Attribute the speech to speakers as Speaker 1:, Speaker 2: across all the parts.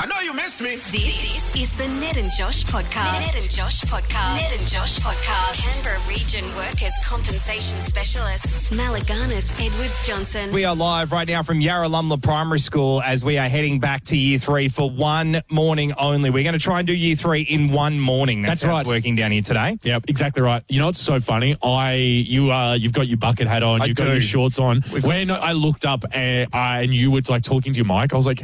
Speaker 1: I know you miss me.
Speaker 2: This is the Ned and Josh podcast. Ned and Josh podcast. Ned and Josh podcast. Canberra Region Workers Compensation Specialists. Malaganas Edwards Johnson.
Speaker 3: We are live right now from Yarralumla Primary School as we are heading back to year three for one morning only. We're going to try and do year three in one morning. That's,
Speaker 4: That's
Speaker 3: how
Speaker 4: right.
Speaker 3: it's working down here today.
Speaker 4: Yep, exactly right. You know what's so funny? I you uh you've got your bucket hat on,
Speaker 3: I
Speaker 4: you've
Speaker 3: do.
Speaker 4: got your shorts on. when I looked up and I and you were like talking to your mic, I was like,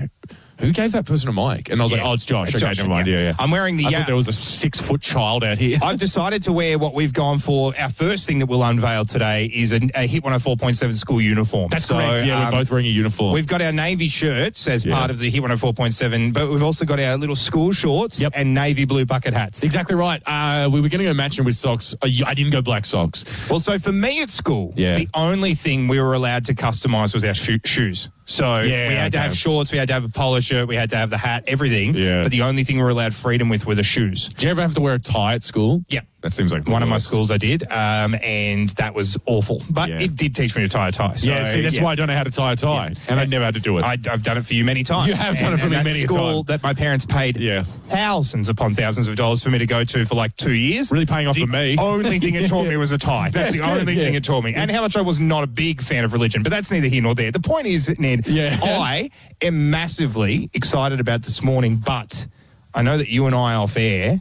Speaker 4: "Who gave that person a mic?" And I was
Speaker 3: Yeah.
Speaker 4: like, "Oh, it's Josh."
Speaker 3: It's
Speaker 4: okay,
Speaker 3: Josh,
Speaker 4: never mind.
Speaker 3: yeah.
Speaker 4: Yeah, yeah.
Speaker 3: I'm wearing the,
Speaker 4: I
Speaker 3: uh,
Speaker 4: thought there was a six foot child out here.
Speaker 3: I've decided to wear what we've gone for. Our first thing that we'll unveil today is a, a Hit 104.7 school uniform.
Speaker 4: That's
Speaker 3: So,
Speaker 4: correct. Yeah,
Speaker 3: um,
Speaker 4: we're both wearing a uniform.
Speaker 3: We've got our navy shirts as
Speaker 4: Yeah.
Speaker 3: part of the Hit 104.7, but we've also got our little school shorts
Speaker 4: Yep.
Speaker 3: and navy blue bucket hats.
Speaker 4: exactly right. Uh, we were going to go matching with socks. Uh, you- I didn't go black socks.
Speaker 3: Well, so for me at school,
Speaker 4: Yeah.
Speaker 3: the only thing we were allowed to customise was our sho- shoes. So
Speaker 4: Yeah,
Speaker 3: we had to
Speaker 4: okay.
Speaker 3: have shorts, we had to have a polo shirt, we had to have the hat, everything.
Speaker 4: Yeah.
Speaker 3: But the only thing we were allowed freedom with were the shoes.
Speaker 4: Do you ever have to wear a tie at school?
Speaker 3: Yep.
Speaker 4: that seems like the
Speaker 3: One of my
Speaker 4: worst.
Speaker 3: schools I did, um, and that was awful. But
Speaker 4: Yeah.
Speaker 3: it did teach me to tie a tie. So,
Speaker 4: yeah, see, that's
Speaker 3: yeah.
Speaker 4: why I don't know how to tie a tie, and I never had to do it.
Speaker 3: I, I've done it for you many times.
Speaker 4: You have done
Speaker 3: And-
Speaker 4: it for
Speaker 3: and
Speaker 4: me
Speaker 3: that
Speaker 4: many a
Speaker 3: school
Speaker 4: time.
Speaker 3: that my parents paid
Speaker 4: Yeah.
Speaker 3: thousands upon thousands of dollars for me to go to for like two years.
Speaker 4: Really paying off
Speaker 3: the
Speaker 4: for me.
Speaker 3: Only thing it taught me was a tie. That's,
Speaker 4: That's
Speaker 3: the
Speaker 4: good,
Speaker 3: only
Speaker 4: yeah.
Speaker 3: thing it taught me. And how much I was not a big fan of religion, but that's neither here nor there. The point is, Ned,
Speaker 4: Yeah.
Speaker 3: I am massively excited about this morning, but I know that you and I off air.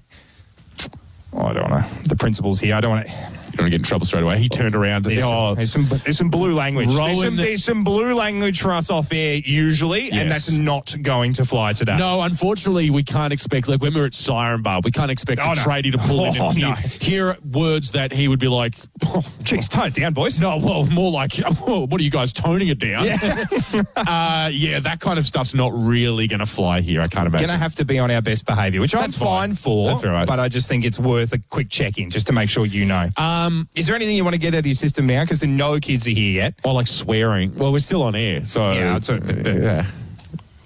Speaker 3: oh, I don't want to. The principal's here. I don't want to.
Speaker 4: you don't want to get in trouble straight away. He turned around.
Speaker 3: There's,
Speaker 4: oh,
Speaker 3: some, there's some there's some blue language. There's
Speaker 4: Rowan-
Speaker 3: some, there's some blue language for us off air usually, and
Speaker 4: Yes.
Speaker 3: that's not going to fly today.
Speaker 4: No, unfortunately, we can't expect, like when we were at Siren Bar, we can't expect
Speaker 3: Oh,
Speaker 4: a
Speaker 3: no.
Speaker 4: tradie to pull in
Speaker 3: Oh,
Speaker 4: and hear,
Speaker 3: no.
Speaker 4: hear words that he would be like, "Oh,
Speaker 3: Jeez, tone it down, boys.
Speaker 4: no, well, more like, "Oh, what are you guys toning it down? Yeah, uh, yeah that kind of stuff's not really going to fly here, I can't imagine.
Speaker 3: Gonna have to be on our best behaviour, which
Speaker 4: That's
Speaker 3: I'm fine,
Speaker 4: fine.
Speaker 3: for.
Speaker 4: That's all right.
Speaker 3: But I just think it's worth a quick check in just to make sure you know.
Speaker 4: um,
Speaker 3: Is there anything you want to get out of your system now? Because no kids are here yet.
Speaker 4: or like swearing. Well, we're still on air, so.
Speaker 3: Oh, Yeah, it's a-
Speaker 4: yeah.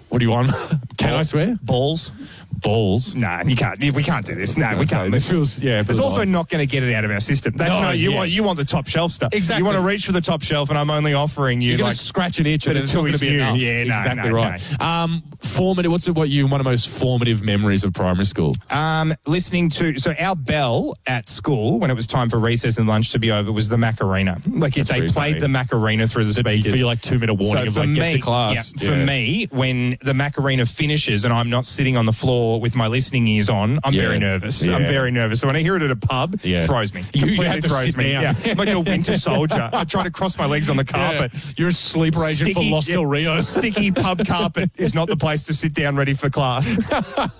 Speaker 4: What do you want? Can I swear?
Speaker 3: Balls?
Speaker 4: Balls.
Speaker 3: No, you can't. We can't do this. No, we
Speaker 4: Okay,
Speaker 3: can't.
Speaker 4: this feels- yeah, it
Speaker 3: it's
Speaker 4: feels
Speaker 3: also
Speaker 4: odd.
Speaker 3: not going to get it out of our system. That's
Speaker 4: No,
Speaker 3: not you
Speaker 4: yeah.
Speaker 3: want. You want the top shelf stuff.
Speaker 4: Exactly.
Speaker 3: You want to reach for the top shelf, and I'm only offering you
Speaker 4: You're going
Speaker 3: like
Speaker 4: to scratch an itch
Speaker 3: but
Speaker 4: and it's
Speaker 3: until
Speaker 4: not going to
Speaker 3: it's
Speaker 4: be
Speaker 3: new,
Speaker 4: enough.
Speaker 3: yeah, no,
Speaker 4: exactly
Speaker 3: no,
Speaker 4: right. Um, formative. What's it, what you one of the most formative memories of primary school?
Speaker 3: Um, listening to so our bell at school when it was time for recess and lunch to be over was the Macarena. Like if they
Speaker 4: pretty
Speaker 3: played
Speaker 4: funny.
Speaker 3: the Macarena through the
Speaker 4: you
Speaker 3: speakers.
Speaker 4: feel like two minute warning of
Speaker 3: for
Speaker 4: like
Speaker 3: me,
Speaker 4: get to class.
Speaker 3: yeah, for me, when the Macarena finishes and I'm not sitting on the floor with my listening ears on, I'm
Speaker 4: Yeah.
Speaker 3: very nervous. I'm
Speaker 4: Yeah.
Speaker 3: very nervous. So when I hear it at a pub,
Speaker 4: Yeah.
Speaker 3: it throws me.
Speaker 4: You- you
Speaker 3: Completely
Speaker 4: have to
Speaker 3: throws
Speaker 4: sit
Speaker 3: me.
Speaker 4: down.
Speaker 3: Yeah, I'm like a winter soldier. I try to cross my legs on the carpet.
Speaker 4: Ah, You're a sleeper agent for
Speaker 3: Sticky-
Speaker 4: Los Del Uh,
Speaker 3: yeah.
Speaker 4: Rio.
Speaker 3: Sticky pub carpet is not the place to sit down ready for class.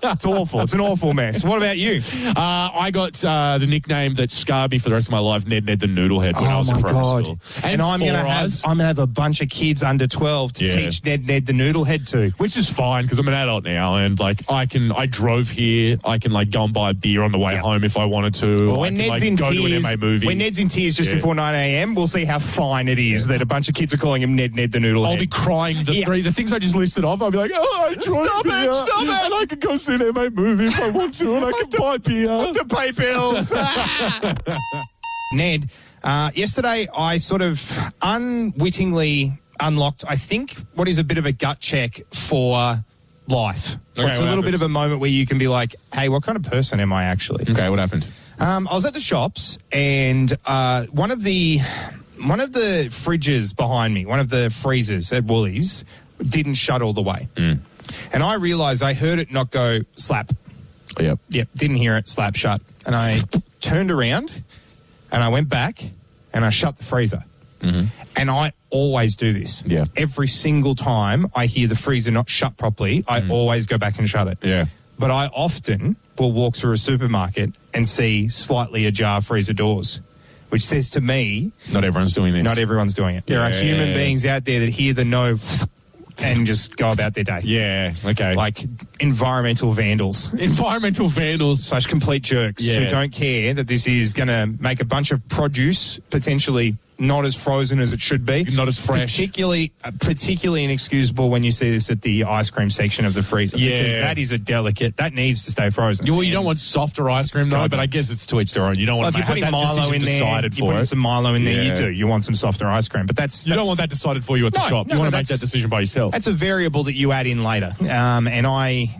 Speaker 3: it's awful. It's an awful mess. What about you?
Speaker 4: Uh, I got uh, the nickname that scarred me for the rest of my life, Ned Ned the Noodlehead, when I was in primary school.
Speaker 3: Oh And, I'm
Speaker 4: four
Speaker 3: gonna
Speaker 4: eyes,
Speaker 3: have I'm gonna have a bunch of kids under twelve to
Speaker 4: Yeah.
Speaker 3: teach Ned Ned the noodle head to.
Speaker 4: which is fine because I'm an adult now, and like I can, I drove here. I can like go and buy a beer on the way
Speaker 3: Yeah.
Speaker 4: home if I wanted to. I
Speaker 3: when
Speaker 4: can,
Speaker 3: Ned's
Speaker 4: like,
Speaker 3: in
Speaker 4: go
Speaker 3: tears,
Speaker 4: to an MA movie.
Speaker 3: when Ned's in tears just
Speaker 4: Yeah.
Speaker 3: before nine a.m., we'll see how fine it is that a bunch of kids are calling him Ned Ned the noodle
Speaker 4: I'll
Speaker 3: head.
Speaker 4: be crying. The
Speaker 3: Yeah.
Speaker 4: three, the things I just listed off, I'll be like, oh, I drove
Speaker 3: Stop it,
Speaker 4: here,
Speaker 3: stop it.
Speaker 4: and I can go see an MA movie if I want to, and I can buy beer.
Speaker 3: to pay bills. Ned, uh, yesterday I sort of unwittingly unlocked, I think, what is a bit of a gut check for life.
Speaker 4: Okay,
Speaker 3: it's a
Speaker 4: what
Speaker 3: little bit
Speaker 4: happens?
Speaker 3: of a moment where you can be like, hey, what kind of person am I actually?
Speaker 4: Okay, what happened?
Speaker 3: Um, I was at the shops, and uh, one of the one of the fridges behind me, one of the freezers at Woolies, didn't shut all the way, and I realised I heard it not go slap.
Speaker 4: Yep.
Speaker 3: Yep, didn't hear it slap shut, and I turned around, and I went back, and I shut the freezer. And I always do this.
Speaker 4: Mm-hmm. Yeah.
Speaker 3: Every single time I hear the freezer not shut properly, I always go back and shut it.
Speaker 4: Mm. Yeah.
Speaker 3: But I often will walk through a supermarket and see slightly ajar freezer doors, which says to me,
Speaker 4: Not everyone's doing this.
Speaker 3: not everyone's doing it. There are
Speaker 4: Yeah.
Speaker 3: human beings out there that hear the no and just go about their day.
Speaker 4: Yeah. Okay.
Speaker 3: Like environmental vandals
Speaker 4: environmental vandals.
Speaker 3: slash complete jerks
Speaker 4: Yeah.
Speaker 3: who don't care that this is going to make a bunch of produce potentially not as frozen as it should be.
Speaker 4: Not as fresh.
Speaker 3: Particularly, uh, particularly inexcusable when you see this at the ice cream section of the freezer. Because
Speaker 4: Yeah.
Speaker 3: that is a delicate, that needs to stay frozen.
Speaker 4: Well, you don't want softer ice cream though,
Speaker 3: God,
Speaker 4: but
Speaker 3: no.
Speaker 4: I guess it's to each their own. You don't
Speaker 3: Well,
Speaker 4: want
Speaker 3: if
Speaker 4: to
Speaker 3: you're
Speaker 4: have
Speaker 3: putting Milo
Speaker 4: that decision
Speaker 3: in there,
Speaker 4: decided
Speaker 3: you're
Speaker 4: for
Speaker 3: putting
Speaker 4: it.
Speaker 3: some Milo in there, you
Speaker 4: Yeah.
Speaker 3: do. You want some softer ice cream. But that's,
Speaker 4: You don't
Speaker 3: that's-
Speaker 4: want that decided for you at the
Speaker 3: No,
Speaker 4: shop.
Speaker 3: no,
Speaker 4: you want
Speaker 3: no,
Speaker 4: to make that
Speaker 3: that's-
Speaker 4: decision by yourself.
Speaker 3: That's a variable that you add in later. Um, and I,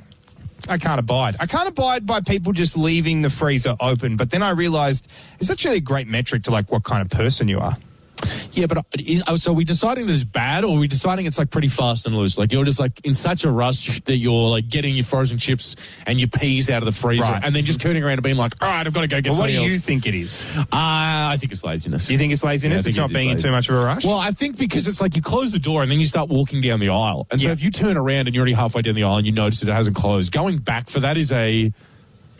Speaker 3: I can't abide. I can't abide by people just leaving the freezer open. But then I realized it's actually a great metric to like what kind of person you are.
Speaker 4: Yeah, but is, oh, so are we deciding that it's bad, or are we deciding it's like pretty fast and loose? Like you're just like in such a rush that you're like getting your frozen chips and your peas out of the freezer,
Speaker 3: Right.
Speaker 4: and then just turning around and being like, "All right, I've got to go get
Speaker 3: Well, what
Speaker 4: something
Speaker 3: do you
Speaker 4: else."
Speaker 3: think it is?
Speaker 4: Uh, I think it's laziness.
Speaker 3: Do you think it's
Speaker 4: Yeah, I
Speaker 3: laziness?
Speaker 4: think
Speaker 3: it's
Speaker 4: it
Speaker 3: not
Speaker 4: is
Speaker 3: being in
Speaker 4: lazy.
Speaker 3: too much of a rush.
Speaker 4: Well, I think because it's like you close the door and then you start walking down the aisle. And so
Speaker 3: Yeah.
Speaker 4: if you turn around and you're already halfway down the aisle and you notice that it hasn't closed, going back for that is a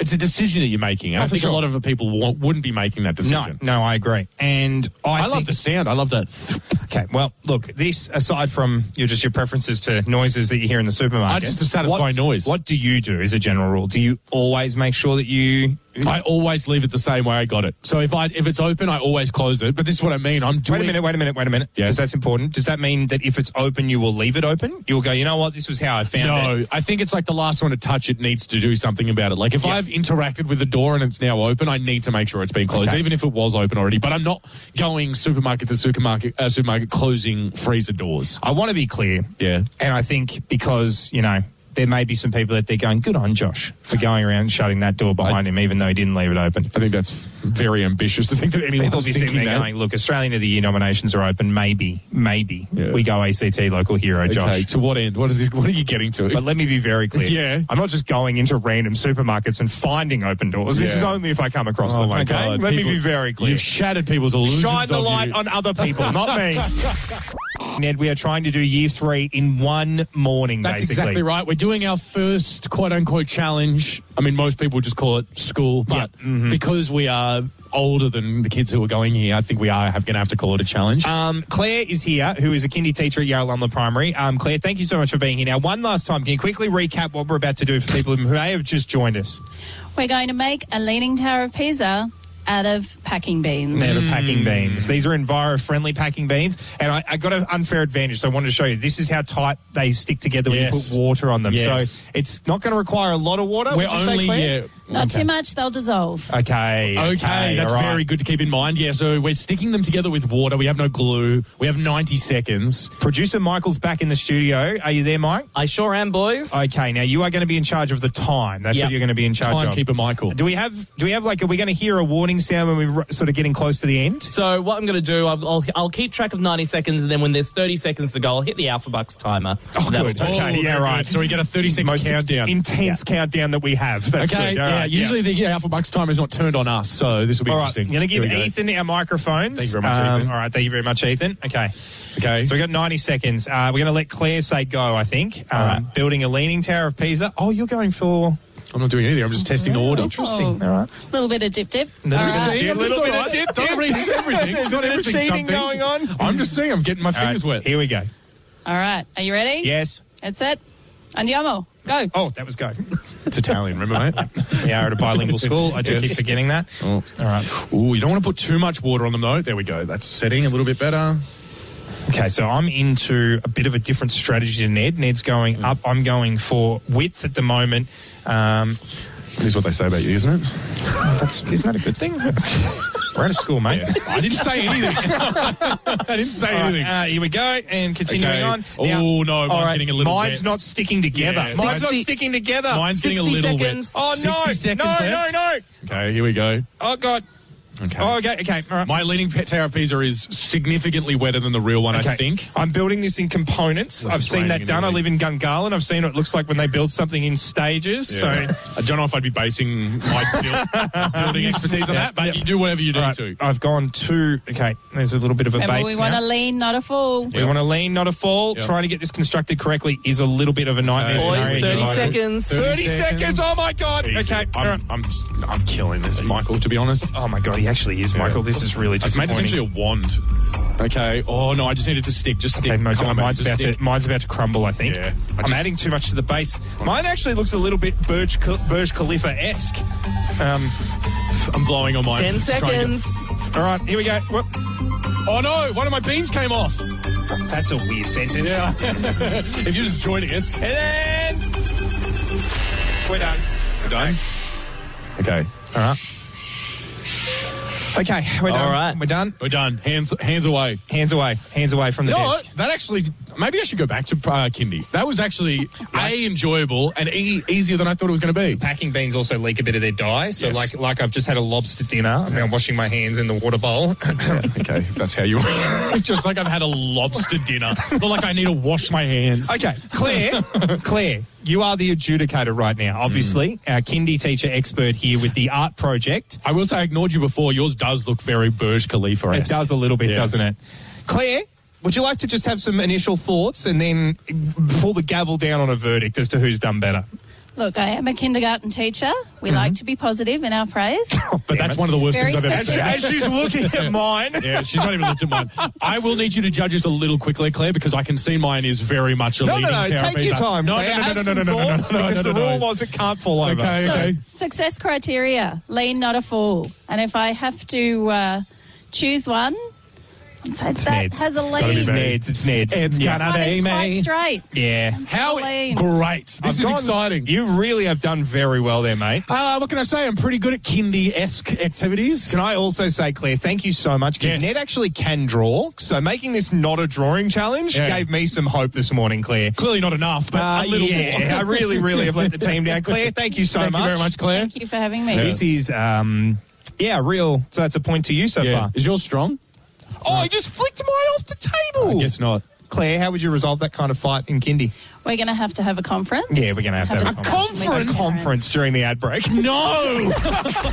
Speaker 4: it's a decision that you're making. And
Speaker 3: Oh,
Speaker 4: I
Speaker 3: for
Speaker 4: think
Speaker 3: sure.
Speaker 4: a lot of the people wa- wouldn't be making that
Speaker 3: no,
Speaker 4: decision.
Speaker 3: no, I agree. And I,
Speaker 4: I,
Speaker 3: think-
Speaker 4: love the sound. I love that.
Speaker 3: Okay, well, look. This aside from your just your preferences to noises that you hear in the supermarket,
Speaker 4: I just to satisfy
Speaker 3: what-
Speaker 4: noise.
Speaker 3: What do you do as a general rule? Do you always make sure that you?
Speaker 4: I always leave it the same way I got it. So if I if it's open, I always close it. But this is what I mean. I'm doing.
Speaker 3: Wait a minute, wait a minute, wait a minute.
Speaker 4: Yeah.
Speaker 3: Because that's important. Does that mean that if it's open, you will leave it open? You'll go, you know what? This was how I found it.
Speaker 4: No, I think it's like the last one to touch it needs to do something about it. Like if
Speaker 3: Yeah.
Speaker 4: I've interacted with the door and it's now open, I need to make sure it's been closed,
Speaker 3: Okay.
Speaker 4: even if it was open already. But I'm not going supermarket to supermarket, uh, supermarket closing freezer doors.
Speaker 3: I want to be clear.
Speaker 4: Yeah.
Speaker 3: And I think because, you know, there may be some people that they're going, good on Josh for going around and shutting that door behind him, even though he didn't leave it open.
Speaker 4: I think that's very ambitious to think that
Speaker 3: People
Speaker 4: anyone's
Speaker 3: be sitting
Speaker 4: thinking
Speaker 3: there
Speaker 4: that.
Speaker 3: going, look, Australian of the Year nominations are open. Maybe, maybe
Speaker 4: Yeah.
Speaker 3: we go ACT local hero, Josh.
Speaker 4: Okay, to what end? What is this? What are you getting to?
Speaker 3: But let me be very clear.
Speaker 4: Yeah.
Speaker 3: I'm not just going into random supermarkets and finding open doors. This
Speaker 4: Yeah. Oh
Speaker 3: is only if I come across them. okay? Let
Speaker 4: people-
Speaker 3: me be very clear.
Speaker 4: You've shattered people's illusions.
Speaker 3: Shine the
Speaker 4: of
Speaker 3: light
Speaker 4: you.
Speaker 3: on other people, not me. Ned, we are trying to do year three in one morning,
Speaker 4: That's
Speaker 3: basically.
Speaker 4: exactly right. We're doing our first quote unquote challenge. I mean, most people just call it school, but
Speaker 3: Yeah, mhm.
Speaker 4: because we are older than the kids who are going here, I think we are have going to have to call it a challenge.
Speaker 3: Um, Claire is here, who is a kindy teacher at Yarra Lumla Primary. Um, Claire, thank you so much for being here. Now, one last time, can you quickly recap what we're about to do for people who may have just joined us?
Speaker 5: We're going to make a leaning tower of Pisa out of packing beans.
Speaker 3: Out
Speaker 4: Hmm.
Speaker 3: of packing beans. These are enviro-friendly packing beans, and I, I got an unfair advantage. So I wanted to show you. This is how tight they stick together when
Speaker 4: Yes.
Speaker 3: you put water on them.
Speaker 4: Yes.
Speaker 3: So it's not going to require a lot of water.
Speaker 4: We're
Speaker 3: would you say,
Speaker 4: only
Speaker 3: Claire?
Speaker 4: yeah,
Speaker 5: Not
Speaker 4: okay.
Speaker 5: too much, they'll dissolve.
Speaker 4: Uh,
Speaker 3: Okay.
Speaker 4: Okay, that's
Speaker 3: all right.
Speaker 4: very good to keep in mind. Yeah, so we're sticking them together with water. We have no glue. We have 90 seconds.
Speaker 3: Producer Michael's back in the studio. Are you there, Mike?
Speaker 6: I sure am, boys.
Speaker 3: Okay, now you are going to be in charge of the time. That's
Speaker 6: Yep.
Speaker 3: what you're going to be in charge of.
Speaker 4: Timekeeper Michael.
Speaker 3: Do we have? Do we have like? Are we going to hear a warning sound when we're sort of getting close to the end?
Speaker 6: so what I'm going to do, I'll, I'll, I'll keep track of 90 seconds, and then when there's 30 seconds to go, I'll hit the Alpha Bucks timer.
Speaker 3: Oh,
Speaker 6: That'll
Speaker 3: good.
Speaker 6: do it.
Speaker 3: Okay,
Speaker 4: Oh,
Speaker 3: yeah,
Speaker 4: very
Speaker 3: right.
Speaker 4: good. So we get a 30 second
Speaker 3: Most
Speaker 4: countdown.
Speaker 3: intense countdown that we have. That's
Speaker 4: okay,
Speaker 3: good. All
Speaker 4: yeah.
Speaker 3: right,
Speaker 4: Usually the yeah, Alpha Bucks timer is not turned on us, so this will be
Speaker 3: All right, I'm
Speaker 4: interesting.
Speaker 3: going to give
Speaker 4: Here we go.
Speaker 3: Ethan our microphones. Um,
Speaker 4: Thank you very much, Ethan.
Speaker 3: All right, thank you very much, Ethan. Okay,
Speaker 4: Okay.
Speaker 3: So we got 90 seconds. Uh, we're going to let Claire say go. I think. Um, Building a leaning tower of Pisa. Oh, you're going for
Speaker 4: I'm not doing anything. I'm just testing the order.
Speaker 3: interesting.
Speaker 5: Oh.
Speaker 3: All right.
Speaker 5: little bit of dip dip.
Speaker 3: Little
Speaker 5: All
Speaker 3: bit of
Speaker 5: right.
Speaker 3: dip.
Speaker 4: I'm
Speaker 3: little
Speaker 4: just
Speaker 3: bit
Speaker 4: all
Speaker 3: of
Speaker 4: right.
Speaker 3: dip,
Speaker 4: Don't
Speaker 3: dip.
Speaker 4: read everything.
Speaker 3: There's
Speaker 4: It's
Speaker 3: a
Speaker 4: not
Speaker 3: bit of
Speaker 4: everything.
Speaker 3: cheating
Speaker 4: something.
Speaker 3: going on.
Speaker 4: I'm just saying. I'm getting my
Speaker 3: All right,
Speaker 4: fingers wet.
Speaker 3: Here we go.
Speaker 5: All right. Are you ready?
Speaker 3: Yes.
Speaker 5: That's it. Andiamo. Go.
Speaker 3: Oh, that was go.
Speaker 4: It's Italian, remember, mate?
Speaker 3: We are at a bilingual school. I do
Speaker 4: Yes. Oh.
Speaker 3: keep forgetting that. All right.
Speaker 4: Ooh, you don't want to put too much water on them, though. There we go. That's setting a little bit better.
Speaker 3: Okay, so I'm into a bit of a different strategy to Ned. Ned's going
Speaker 4: Mm.
Speaker 3: up. I'm going for width at the moment. Um,
Speaker 4: This is what they say about you, isn't it?
Speaker 3: that's isn't that a good thing? We're out of school, mate.
Speaker 4: I didn't say anything. I didn't say
Speaker 3: All right,
Speaker 4: anything.
Speaker 3: uh, here we go, and continuing
Speaker 4: Okay.
Speaker 3: on.
Speaker 4: Oh, no, mine's
Speaker 3: all
Speaker 4: getting a little
Speaker 3: Mine's
Speaker 4: wet.
Speaker 3: not sticking together.
Speaker 4: Yeah,
Speaker 3: mine's not
Speaker 6: 60
Speaker 3: sticking together.
Speaker 4: Mine's getting a
Speaker 6: 60
Speaker 4: little
Speaker 6: seconds.
Speaker 4: wet.
Speaker 3: oh no!
Speaker 4: 60 seconds
Speaker 3: no!
Speaker 4: left.
Speaker 3: No! No!
Speaker 4: Okay, here we go.
Speaker 3: Oh god!
Speaker 4: Okay.
Speaker 3: Oh, okay. Okay. All right.
Speaker 4: My leaning pet tower pizza is significantly wetter than the real one,
Speaker 3: Okay.
Speaker 4: I think.
Speaker 3: I'm building this in components.
Speaker 4: Like
Speaker 3: I've
Speaker 4: it's
Speaker 3: seen
Speaker 4: raining
Speaker 3: that
Speaker 4: in
Speaker 3: done. I
Speaker 4: Italy.
Speaker 3: live in Gungahlin. I've seen what it looks like when they build something in stages. So
Speaker 4: I don't know if I'd be basing my build, building expertise on that, but you do whatever you need
Speaker 3: All right,
Speaker 4: to.
Speaker 3: I've gone two. Okay, there's a little bit of a
Speaker 5: Remember,
Speaker 3: bait.
Speaker 5: we want to lean, not a fool.
Speaker 3: we want to lean, not a fall.
Speaker 4: Yep.
Speaker 3: Trying to get this constructed correctly is a little bit of a nightmare
Speaker 4: Okay.
Speaker 6: Boys,
Speaker 3: scenario.
Speaker 6: 30
Speaker 4: Right.
Speaker 6: seconds.
Speaker 4: 30
Speaker 3: 30 seconds.
Speaker 4: seconds.
Speaker 3: Oh my god.
Speaker 4: Easy.
Speaker 3: Okay. all right.
Speaker 4: I'm, I'm, I'm killing this, Michael, to be honest.
Speaker 3: Oh my god, he actually is, Michael. This is really
Speaker 4: It's made
Speaker 3: disappointing.
Speaker 4: essentially a wand. Okay. Oh, no, I just needed to stick. Just stick.
Speaker 3: Okay, my
Speaker 4: Come
Speaker 3: God,
Speaker 4: on, mate,
Speaker 3: mine's
Speaker 4: just
Speaker 3: about to
Speaker 4: stick.
Speaker 3: mine's about to crumble. I think.
Speaker 4: Yeah. I
Speaker 3: I'm
Speaker 4: just-
Speaker 3: adding too much to the base. Mine actually looks a little bit Burj Khal- Burj Um, Khalifa esque.
Speaker 4: I'm blowing on mine.
Speaker 6: 10
Speaker 4: Just trying to get-
Speaker 6: seconds.
Speaker 3: All right, here we go. Whoop.
Speaker 4: Oh no, one of my beans came off.
Speaker 3: That's a weird sentence.
Speaker 4: Yeah. if you're just joining us. And then
Speaker 3: We're done.
Speaker 4: we're done. Okay.
Speaker 3: All right. Okay, we're done.
Speaker 6: All right.
Speaker 3: We're done.
Speaker 4: We're done. Hands hands away.
Speaker 3: Hands away. Hands away from the
Speaker 4: No,
Speaker 3: desk.
Speaker 4: that actually. Maybe I should go back to uh, Kindy. That was actually a enjoyable and e easier than I thought it was going to be.
Speaker 3: Packing beans also leak a bit of their dye. So,
Speaker 4: Yes.
Speaker 3: like, like I've just had a lobster dinner. I mean, I'm washing my hands in the water bowl.
Speaker 4: okay, if that's how you. it's just like I've had a lobster dinner. Not like I need to wash my hands.
Speaker 3: Okay, Claire, Claire, you are the adjudicator right now. Obviously, our kindy teacher expert here with the art project.
Speaker 4: I will say I ignored you before. Yours does look very Burj Khalifa.
Speaker 3: It does a little bit,
Speaker 4: Yeah.
Speaker 3: doesn't it? Claire, would you like to just have some initial thoughts and then pull the gavel down on a verdict as to who's done better?
Speaker 5: Look, I am a kindergarten teacher. We
Speaker 4: Mm-hmm.
Speaker 5: like to be positive in our praise.
Speaker 4: But that's one of the worst
Speaker 5: Very
Speaker 4: things I've ever
Speaker 5: special.
Speaker 4: seen.
Speaker 3: As she's looking at mine.
Speaker 4: Yeah, she's not even looked at mine. I will need you to judge us a little quickly, Claire, because I can see mine is very much a
Speaker 3: No,
Speaker 4: leading
Speaker 3: no, no.
Speaker 4: Terra
Speaker 3: Take your
Speaker 4: Pisa.
Speaker 3: time.
Speaker 4: No,
Speaker 3: Claire.
Speaker 4: no, no,
Speaker 3: Have
Speaker 4: no, no,
Speaker 3: some
Speaker 4: no, no, no, no,
Speaker 3: thoughts,
Speaker 4: no,
Speaker 3: Because
Speaker 4: no,
Speaker 3: the
Speaker 4: no, no.
Speaker 3: rule was it can't fall over.
Speaker 4: Okay,
Speaker 3: So-
Speaker 4: okay.
Speaker 5: Success criteria: lean, not a fool. And if I have to uh, choose one, I'd say that
Speaker 3: Ned's.
Speaker 5: has a
Speaker 4: gotta be
Speaker 5: lean.
Speaker 3: It's
Speaker 4: Maybe.
Speaker 3: Ned's. It's Ned's.
Speaker 4: It's
Speaker 3: Yeah.
Speaker 5: This one is quite straight.
Speaker 3: Yeah.
Speaker 4: How
Speaker 5: Colleen.
Speaker 4: great! This
Speaker 3: I've
Speaker 4: is
Speaker 3: gone-
Speaker 4: exciting.
Speaker 3: You really have done very well there, mate.
Speaker 4: Uh, what can I say? I'm pretty good at kindy esque activities.
Speaker 3: Can I also say, Claire, thank you so much because
Speaker 4: Yes.
Speaker 3: Ned actually can draw. So making this not a drawing challenge
Speaker 4: Yeah.
Speaker 3: gave me some hope this morning, Claire.
Speaker 4: Clearly not enough, but
Speaker 3: Uh,
Speaker 4: a little
Speaker 3: yeah,
Speaker 4: more.
Speaker 3: I really, really have let the team down. Claire, thank you so
Speaker 4: Thank
Speaker 3: much.
Speaker 4: you very much, Claire.
Speaker 5: Thank you for having me.
Speaker 3: This is, um, yeah, real. So that's a point to you so
Speaker 4: Yeah.
Speaker 3: far.
Speaker 4: Is yours strong?
Speaker 3: Oh, I just flicked mine off the table.
Speaker 4: Guess not.
Speaker 3: Claire, how would you resolve that kind of fight in Kindy?
Speaker 5: We're going to have to have a conference.
Speaker 3: Yeah, we're going to have to have
Speaker 5: a
Speaker 3: a
Speaker 5: discussion with
Speaker 3: conference.
Speaker 5: the
Speaker 3: A conference during the ad break.
Speaker 4: No.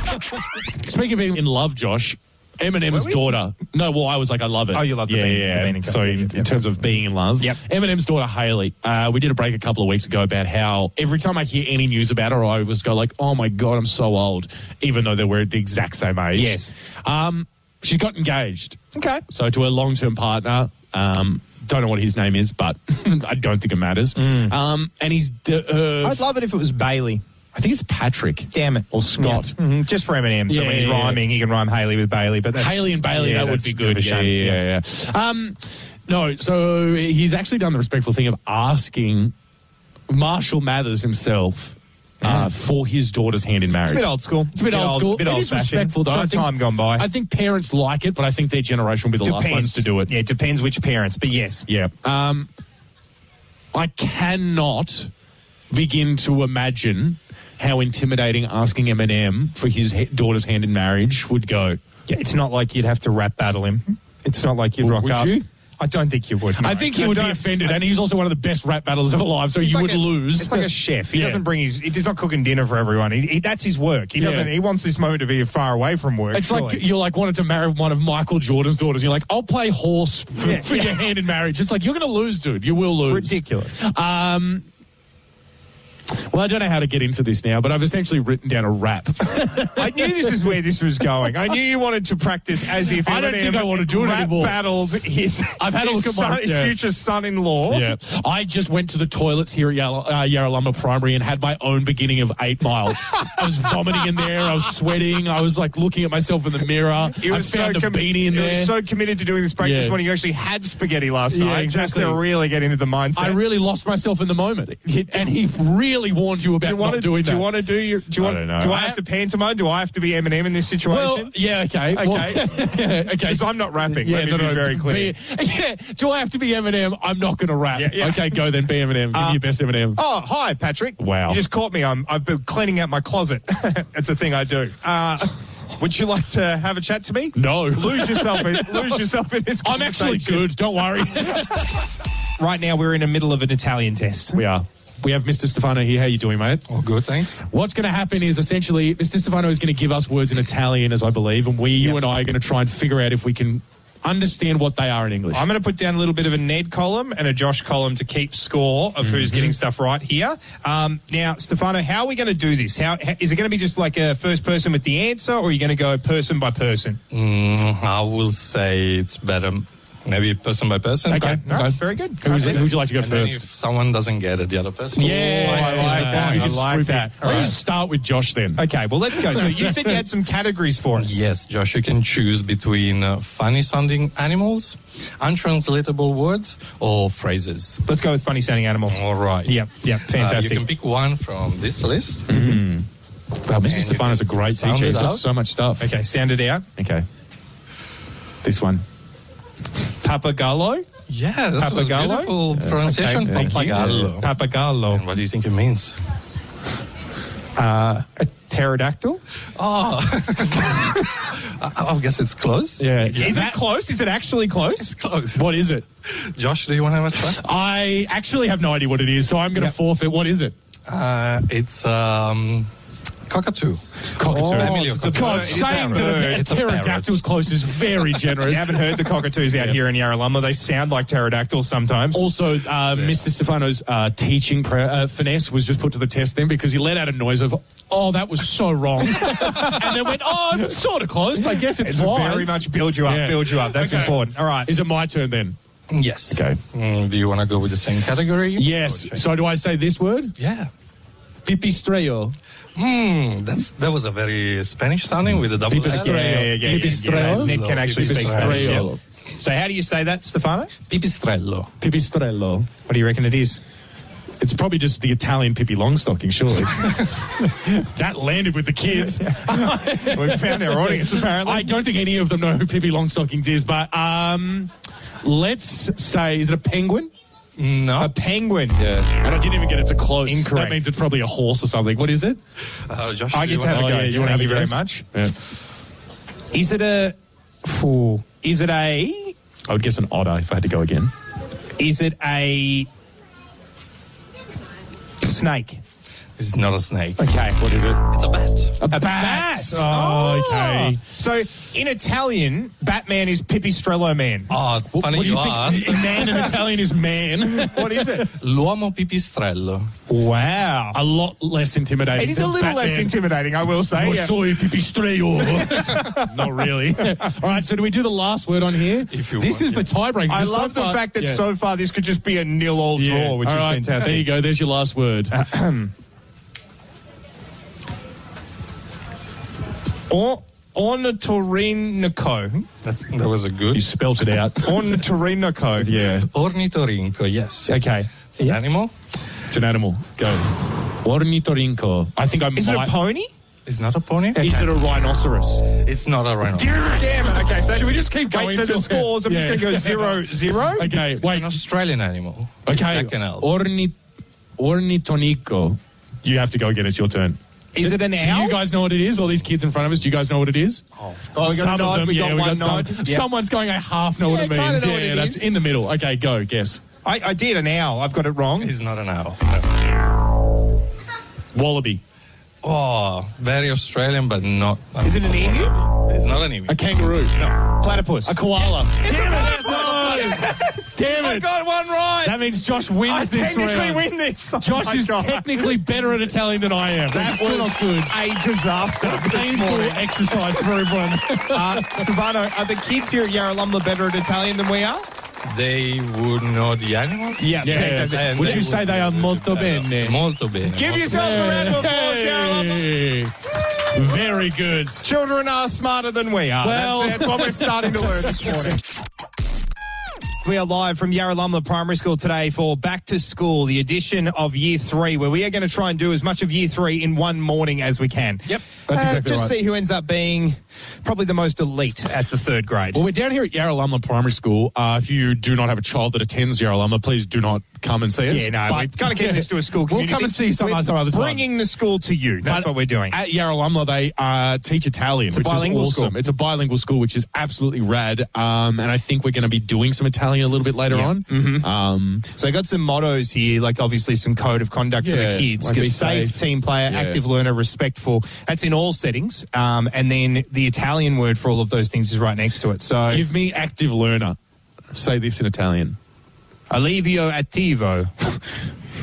Speaker 4: Speaking of being in love, Josh, Eminem's
Speaker 3: Were we?
Speaker 4: daughter. No, well, I was like, I love it.
Speaker 3: Oh, you love the
Speaker 4: yeah,
Speaker 3: bean-
Speaker 4: yeah.
Speaker 3: the bean and
Speaker 4: so
Speaker 3: company,
Speaker 4: in,
Speaker 3: yeah,
Speaker 4: in
Speaker 3: yeah.
Speaker 4: terms of being in love,
Speaker 3: Yep.
Speaker 4: Eminem's daughter Haley. Uh, we did a break a couple of weeks ago about how every time I hear any news about her, I always go like, "Oh my god, I'm so old," even though they were the exact same age.
Speaker 3: Yes.
Speaker 4: Um, she got engaged.
Speaker 3: Okay.
Speaker 4: So to her long term partner, um, don't know what his name is, but I don't think it matters.
Speaker 3: Mm.
Speaker 4: Um, and he's the, uh,
Speaker 3: I'd love it if it was Bailey.
Speaker 4: I think it's Patrick.
Speaker 3: Damn it.
Speaker 4: Or Scott.
Speaker 3: Yeah. Mhm, Just for Eminem. So
Speaker 4: Yeah,
Speaker 3: when he's
Speaker 4: yeah, yeah.
Speaker 3: rhyming, he can rhyme Haley with Bailey. But that's,
Speaker 4: Haley and Bailey,
Speaker 3: Yeah,
Speaker 4: that would
Speaker 3: that's
Speaker 4: be
Speaker 3: a bit of
Speaker 4: good.
Speaker 3: a
Speaker 4: Yeah,
Speaker 3: shame.
Speaker 4: yeah, yeah, yeah. Um, no, so he's actually done the respectful thing of asking Marshall Mathers himself uh, for his daughter's hand in marriage.
Speaker 3: It's a bit old school.
Speaker 4: It's a bit old, school.
Speaker 3: Bit
Speaker 4: it
Speaker 3: old
Speaker 4: is respectful, though.
Speaker 3: From
Speaker 4: I
Speaker 3: a
Speaker 4: think-
Speaker 3: time gone by.
Speaker 4: I think parents like it, but I think their generation will be the last ones to do it.
Speaker 3: Yeah, it depends which parents. But yes,
Speaker 4: Yeah. Um, I cannot begin to imagine how intimidating asking Eminem for his he- daughter's hand in marriage would go.
Speaker 3: yeah, it's not like you'd have to rap battle him. It's not like you'd rock
Speaker 4: would
Speaker 3: up.
Speaker 4: you?
Speaker 3: I don't think you would. no.
Speaker 4: I think he would be
Speaker 3: don't-
Speaker 4: offended,
Speaker 3: I-
Speaker 4: and he's also one of the best rap battles of alive, so
Speaker 3: it's
Speaker 4: you
Speaker 3: like
Speaker 4: would
Speaker 3: a-
Speaker 4: lose.
Speaker 3: It's like a chef. He
Speaker 4: Yeah.
Speaker 3: doesn't bring his. He's not cooking dinner for everyone. He, he, that's his work. He
Speaker 4: Yeah.
Speaker 3: doesn't. He wants this moment to be far away from work.
Speaker 4: It's like
Speaker 3: surely.
Speaker 4: you're like wanted to marry one of Michael Jordan's daughters. and You're like, I'll play horse for,
Speaker 3: Yeah.
Speaker 4: for your hand in marriage. It's like you're going to lose, dude. You will lose.
Speaker 3: ridiculous.
Speaker 4: Well, I don't know how to get into this now, but I've essentially written down a rap.
Speaker 3: I knew this is where this was going. I knew you wanted to practice as if
Speaker 4: I don't
Speaker 3: Eminem
Speaker 4: think I want to do it
Speaker 3: rap
Speaker 4: anymore.
Speaker 3: Battled his.
Speaker 4: I've had a
Speaker 3: his
Speaker 4: look at my-
Speaker 3: son- his
Speaker 4: yeah.
Speaker 3: future son-in-law.
Speaker 4: Yeah, I just went to the toilets here at Yarra, uh, Yarralumba Primary and had my own beginning of Eight Mile. I was vomiting in there. I was sweating. I was like looking at myself in the mirror.
Speaker 3: He was
Speaker 4: I found
Speaker 3: so
Speaker 4: a
Speaker 3: com-
Speaker 4: beanie in
Speaker 3: he
Speaker 4: there.
Speaker 3: was so committed to doing this break this
Speaker 4: Yeah.
Speaker 3: morning. You actually had spaghetti last
Speaker 4: Yeah,
Speaker 3: night.
Speaker 4: exactly.
Speaker 3: Just to really get into the mindset.
Speaker 4: I really lost myself in the moment. And he really warned you about
Speaker 3: do you
Speaker 4: not
Speaker 3: want to
Speaker 4: doing
Speaker 3: do
Speaker 4: that.
Speaker 3: you want to do your do you
Speaker 4: I
Speaker 3: want
Speaker 4: don't know.
Speaker 3: do I
Speaker 4: I-
Speaker 3: have to pantomime? Do I have to be Eminem in this
Speaker 4: well,
Speaker 3: situation?
Speaker 4: yeah, okay. Well,
Speaker 3: Okay.
Speaker 4: okay.
Speaker 3: Because I'm not rapping. Let me be very clear.
Speaker 4: Be- yeah. Do I have to be Eminem? I'm not going to rap.
Speaker 3: Yeah, yeah.
Speaker 4: Okay, go then. Be Eminem. Give me your best Eminem.
Speaker 3: Oh, hi, Patrick.
Speaker 4: Wow.
Speaker 3: You just caught me. I'm, I've been cleaning out my closet. That's a thing I do. Uh, would you like to have a chat to me?
Speaker 4: No.
Speaker 3: Lose yourself in, lose yourself in this
Speaker 4: I'm actually
Speaker 3: conversation.
Speaker 4: good. Don't worry.
Speaker 3: Right now, we're in the middle of an Italian test.
Speaker 4: we are. We have Mr. Stefano here. How you doing, mate?
Speaker 3: Oh, good, thanks.
Speaker 4: What's going to happen is essentially Mr. Stefano is going to give us words in Italian, as I believe, and we, you and I, are going to try and figure out if we can understand what they are in English.
Speaker 3: I'm going to put down a little bit of a Ned column and a Josh column to keep score of who's getting stuff right here. Um, now, Stefano, how are we going to do this? How, how is it going to be just like a first person with the answer, or are you going to go person by person?
Speaker 7: I will say it's better Maybe person by person.
Speaker 3: Okay, no, very good.
Speaker 4: Who's it?
Speaker 3: Okay.
Speaker 4: Who'd you like to go
Speaker 7: And then
Speaker 4: first?
Speaker 7: if someone doesn't get it, the other person.
Speaker 4: Yes.
Speaker 3: Oh, I like that.
Speaker 4: We
Speaker 3: I
Speaker 4: can
Speaker 3: like
Speaker 4: swoop in.
Speaker 3: that.
Speaker 4: Why don't you
Speaker 3: Alright.
Speaker 4: start with Josh then?
Speaker 3: Okay, well, let's go. So you said you had some categories for us.
Speaker 7: Yes, Josh, you can choose between uh, funny sounding animals, untranslatable words, or phrases.
Speaker 3: Let's go with funny sounding animals.
Speaker 7: All right.
Speaker 3: Yep, yep,
Speaker 7: Uh,
Speaker 3: fantastic.
Speaker 7: you can pick one from this list.
Speaker 4: Wow, Mr.
Speaker 7: And
Speaker 4: Stefano's a
Speaker 7: you
Speaker 4: great
Speaker 7: sound
Speaker 4: teacher.
Speaker 7: it
Speaker 4: He's got
Speaker 7: out.
Speaker 4: so much stuff.
Speaker 3: okay, sound it out.
Speaker 4: Okay. This one.
Speaker 3: Papagallo?
Speaker 7: Yeah, that's was
Speaker 3: Papagallo?
Speaker 7: beautiful pronunciation.
Speaker 3: Okay, thank you.
Speaker 7: Papagallo.
Speaker 3: Papagallo.
Speaker 7: And what do you think it means?
Speaker 3: A pterodactyl?
Speaker 7: I, I guess it's close.
Speaker 4: Yeah.
Speaker 3: Is it
Speaker 4: That-
Speaker 3: close? Is it actually close?
Speaker 7: Close.
Speaker 4: what is it?
Speaker 7: Josh, do you want to have a try?
Speaker 4: I actually have no idea what it is, so I'm going to
Speaker 3: Yep.
Speaker 4: forfeit. What is it?
Speaker 7: Uh, it's um, cockatoo.
Speaker 4: Cockatoo.
Speaker 7: Oh, Family of
Speaker 3: it's a bird.
Speaker 7: cockatoo.
Speaker 4: God,
Speaker 3: It's a
Speaker 4: saying
Speaker 3: parrot.
Speaker 4: that a
Speaker 7: It's a parrot.
Speaker 4: pterodactyl's close is very
Speaker 3: You
Speaker 4: generous.
Speaker 3: haven't heard the cockatoos out here in Yarralumla. They sound like pterodactyls sometimes.
Speaker 4: Also, uh, Mr. Stefano's uh, teaching pre- uh, finesse was just put to the test then because he let out a noise of, oh, that was so wrong. and then went, oh, it's sort of close. I guess it
Speaker 3: it's
Speaker 4: flies.
Speaker 3: very much build you up,
Speaker 4: Yeah.
Speaker 3: build you up. That's
Speaker 4: Okay.
Speaker 3: important. All right.
Speaker 4: Is it my turn then?
Speaker 7: Yes.
Speaker 4: Okay.
Speaker 7: Mm, do you want to go with the same category?
Speaker 4: Yes.
Speaker 3: Oh,
Speaker 7: Okay.
Speaker 4: So do I say this word?
Speaker 7: Yeah.
Speaker 4: Pipistrello.
Speaker 7: Mm, that's that was a very Spanish sounding with a double.
Speaker 4: Pipistrello.
Speaker 7: L.
Speaker 4: Pipistrello.
Speaker 3: Nick can actually speak Spanish.
Speaker 4: Pipistrello.
Speaker 3: yeah. So how do you say that, Stefano?
Speaker 7: Pipistrello.
Speaker 4: Pipistrello.
Speaker 3: What do you reckon it is?
Speaker 4: It's probably just the Italian Pippi Longstocking, surely. that landed with the kids.
Speaker 3: We've found our audience, apparently.
Speaker 4: I don't think any of them know who Pippi Longstockings is, but um, let's say, is it a penguin?
Speaker 3: A
Speaker 7: No.
Speaker 3: penguin.
Speaker 7: Yeah.
Speaker 4: And I didn't even get it to close.
Speaker 3: Incorrect.
Speaker 4: That means it's probably a horse or something. What is it?
Speaker 7: Uh, Josh,
Speaker 3: I
Speaker 7: do you
Speaker 3: get to have
Speaker 7: wanna-
Speaker 3: a go.
Speaker 4: Oh, yeah, you wanna
Speaker 3: Thank
Speaker 4: have
Speaker 3: you
Speaker 4: a
Speaker 3: very
Speaker 4: guess?
Speaker 3: much. Is it a... Phew. Is it a...
Speaker 4: I would guess an otter if I had to go again.
Speaker 3: Is it a... Snake?
Speaker 7: It's not a snake.
Speaker 3: Okay.
Speaker 4: What is it?
Speaker 7: It's a bat. Uh,
Speaker 3: A bat.
Speaker 4: bat. Oh, okay.
Speaker 3: So in Italian, Batman is Pipistrello Man.
Speaker 7: Oh, funny
Speaker 4: what do
Speaker 7: you,
Speaker 4: you
Speaker 7: asked.
Speaker 4: think? man in Italian is man.
Speaker 3: What is it?
Speaker 7: L'uomo pipistrello.
Speaker 3: Wow.
Speaker 4: a lot less intimidating.
Speaker 3: It is a
Speaker 4: than
Speaker 3: little less
Speaker 4: Batman. Oh,
Speaker 3: intimidating, I will say.
Speaker 4: Or
Speaker 3: yeah.
Speaker 4: soy pipistrello. Not really. All right, so do we do the last word on here?
Speaker 7: If you
Speaker 4: this
Speaker 7: want,
Speaker 4: is
Speaker 7: yeah.
Speaker 4: the tiebreaker.
Speaker 3: I
Speaker 4: because so
Speaker 3: love the
Speaker 4: far-
Speaker 3: fact that
Speaker 4: Yeah.
Speaker 3: so far this could just be a nil all draw,
Speaker 4: Yeah.
Speaker 3: which
Speaker 4: All
Speaker 3: is
Speaker 4: right,
Speaker 3: fantastic.
Speaker 4: There you go. There's your last word.
Speaker 3: Or Ornitorhynco.
Speaker 7: That's, that was a good.
Speaker 4: you spelt it out.
Speaker 3: Ornitorhynco.
Speaker 4: yeah,
Speaker 7: Ornitorinco, yes.
Speaker 3: Okay.
Speaker 7: It's an animal.
Speaker 4: it's an animal. Go. Ornitorhynco. I think I might.
Speaker 3: Is it a pony?
Speaker 7: It's not a pony.
Speaker 4: Is it a rhinoceros?
Speaker 7: It's not a rhino.
Speaker 3: Damn it. Okay, so
Speaker 4: Should we just keep
Speaker 3: wait
Speaker 4: going
Speaker 3: to the
Speaker 4: till-
Speaker 3: scores? I'm just
Speaker 4: Yeah.
Speaker 3: going to go zero, zero.
Speaker 4: Okay,
Speaker 7: It's
Speaker 4: wait.
Speaker 7: an Australian animal.
Speaker 4: Okay,
Speaker 7: It's like an elk.
Speaker 4: Ornit- ornitonico. You have to go get it. It's your turn.
Speaker 3: Is it an
Speaker 4: Do
Speaker 3: owl?
Speaker 4: you guys know what it is? All these kids in front of us, do you guys know what it is?
Speaker 3: Oh, we got
Speaker 4: some
Speaker 3: a
Speaker 4: of
Speaker 3: nod,
Speaker 4: them,
Speaker 3: we
Speaker 4: yeah,
Speaker 3: got
Speaker 4: we
Speaker 3: one
Speaker 4: got some.
Speaker 3: nod. Yep.
Speaker 4: Someone's going, I half know what
Speaker 6: Yeah,
Speaker 4: it
Speaker 6: kinda
Speaker 4: means.
Speaker 6: know
Speaker 4: yeah,
Speaker 6: what it
Speaker 4: that's
Speaker 6: is.
Speaker 4: in the middle. Okay, go, guess.
Speaker 3: I, I did an owl. I've got it wrong.
Speaker 7: It's not an owl.
Speaker 4: Wallaby.
Speaker 7: Oh, very Australian, but not.
Speaker 3: Is it an emu?
Speaker 7: It's not an emu.
Speaker 4: A kangaroo. No.
Speaker 3: Platypus.
Speaker 4: A koala.
Speaker 3: Yes!
Speaker 4: Damn
Speaker 3: I
Speaker 4: it.
Speaker 3: got one right.
Speaker 4: That means Josh wins
Speaker 3: I
Speaker 4: this
Speaker 3: technically
Speaker 4: round.
Speaker 3: win this. Oh
Speaker 4: Josh
Speaker 3: my
Speaker 4: is
Speaker 3: God.
Speaker 4: technically better at Italian than I am.
Speaker 3: That's
Speaker 4: Well,
Speaker 3: was
Speaker 4: good.
Speaker 3: a disaster this
Speaker 4: Painful
Speaker 3: morning.
Speaker 4: exercise for everyone.
Speaker 3: Uh, Stefano, are the kids here at Yarralumla better at Italian than we are?
Speaker 7: They would know the animals.
Speaker 4: Yes.
Speaker 3: Yes.
Speaker 7: And
Speaker 4: Would you say they are molto
Speaker 7: better.
Speaker 4: bene?
Speaker 7: Molto bene.
Speaker 3: Give
Speaker 7: molto
Speaker 3: yourselves a round of applause, Yarralumla.
Speaker 4: Hey. Very good.
Speaker 3: Children are smarter than we are.
Speaker 4: Well-
Speaker 3: that's, that's what we're starting to learn this morning. We are live from Yarralumla Primary School today for Back to School, the edition of Year Three, where we are going to try and do as much of Year Three in one morning as we can. Uh,
Speaker 4: Yep, that's exactly
Speaker 3: just
Speaker 4: right.
Speaker 3: see who ends up being probably the most elite at the third grade.
Speaker 4: Well, we're down here at Yarralumla Primary School. Uh, if you do not have a child that attends Yarralumla, please do not come and see us.
Speaker 3: Yeah, no,
Speaker 4: But-
Speaker 3: we kind of keep this to a school community.
Speaker 4: We'll come and see you some,
Speaker 3: We're
Speaker 4: some other time.
Speaker 3: Bringing the school to you. That's
Speaker 4: But
Speaker 3: what we're doing.
Speaker 4: At Yarralumla, they uh, teach Italian, which
Speaker 3: bilingual
Speaker 4: is awesome.
Speaker 3: school.
Speaker 4: It's a bilingual school, which is absolutely rad. Um, and I think we're going to be doing some Italian a little bit later on.
Speaker 3: Mm-hmm.
Speaker 4: Um,
Speaker 3: So I got some mottos here, like obviously some code of conduct for the
Speaker 4: Yeah,
Speaker 3: kids.
Speaker 4: like
Speaker 3: Get
Speaker 4: be
Speaker 3: safe,
Speaker 4: safe.
Speaker 3: team player,
Speaker 4: Yeah.
Speaker 3: active learner, respectful. That's in all settings. Um, and then the Italian word for all of those things is right next to it. So
Speaker 4: give me active learner. Say this in Italian.
Speaker 3: allevio attivo.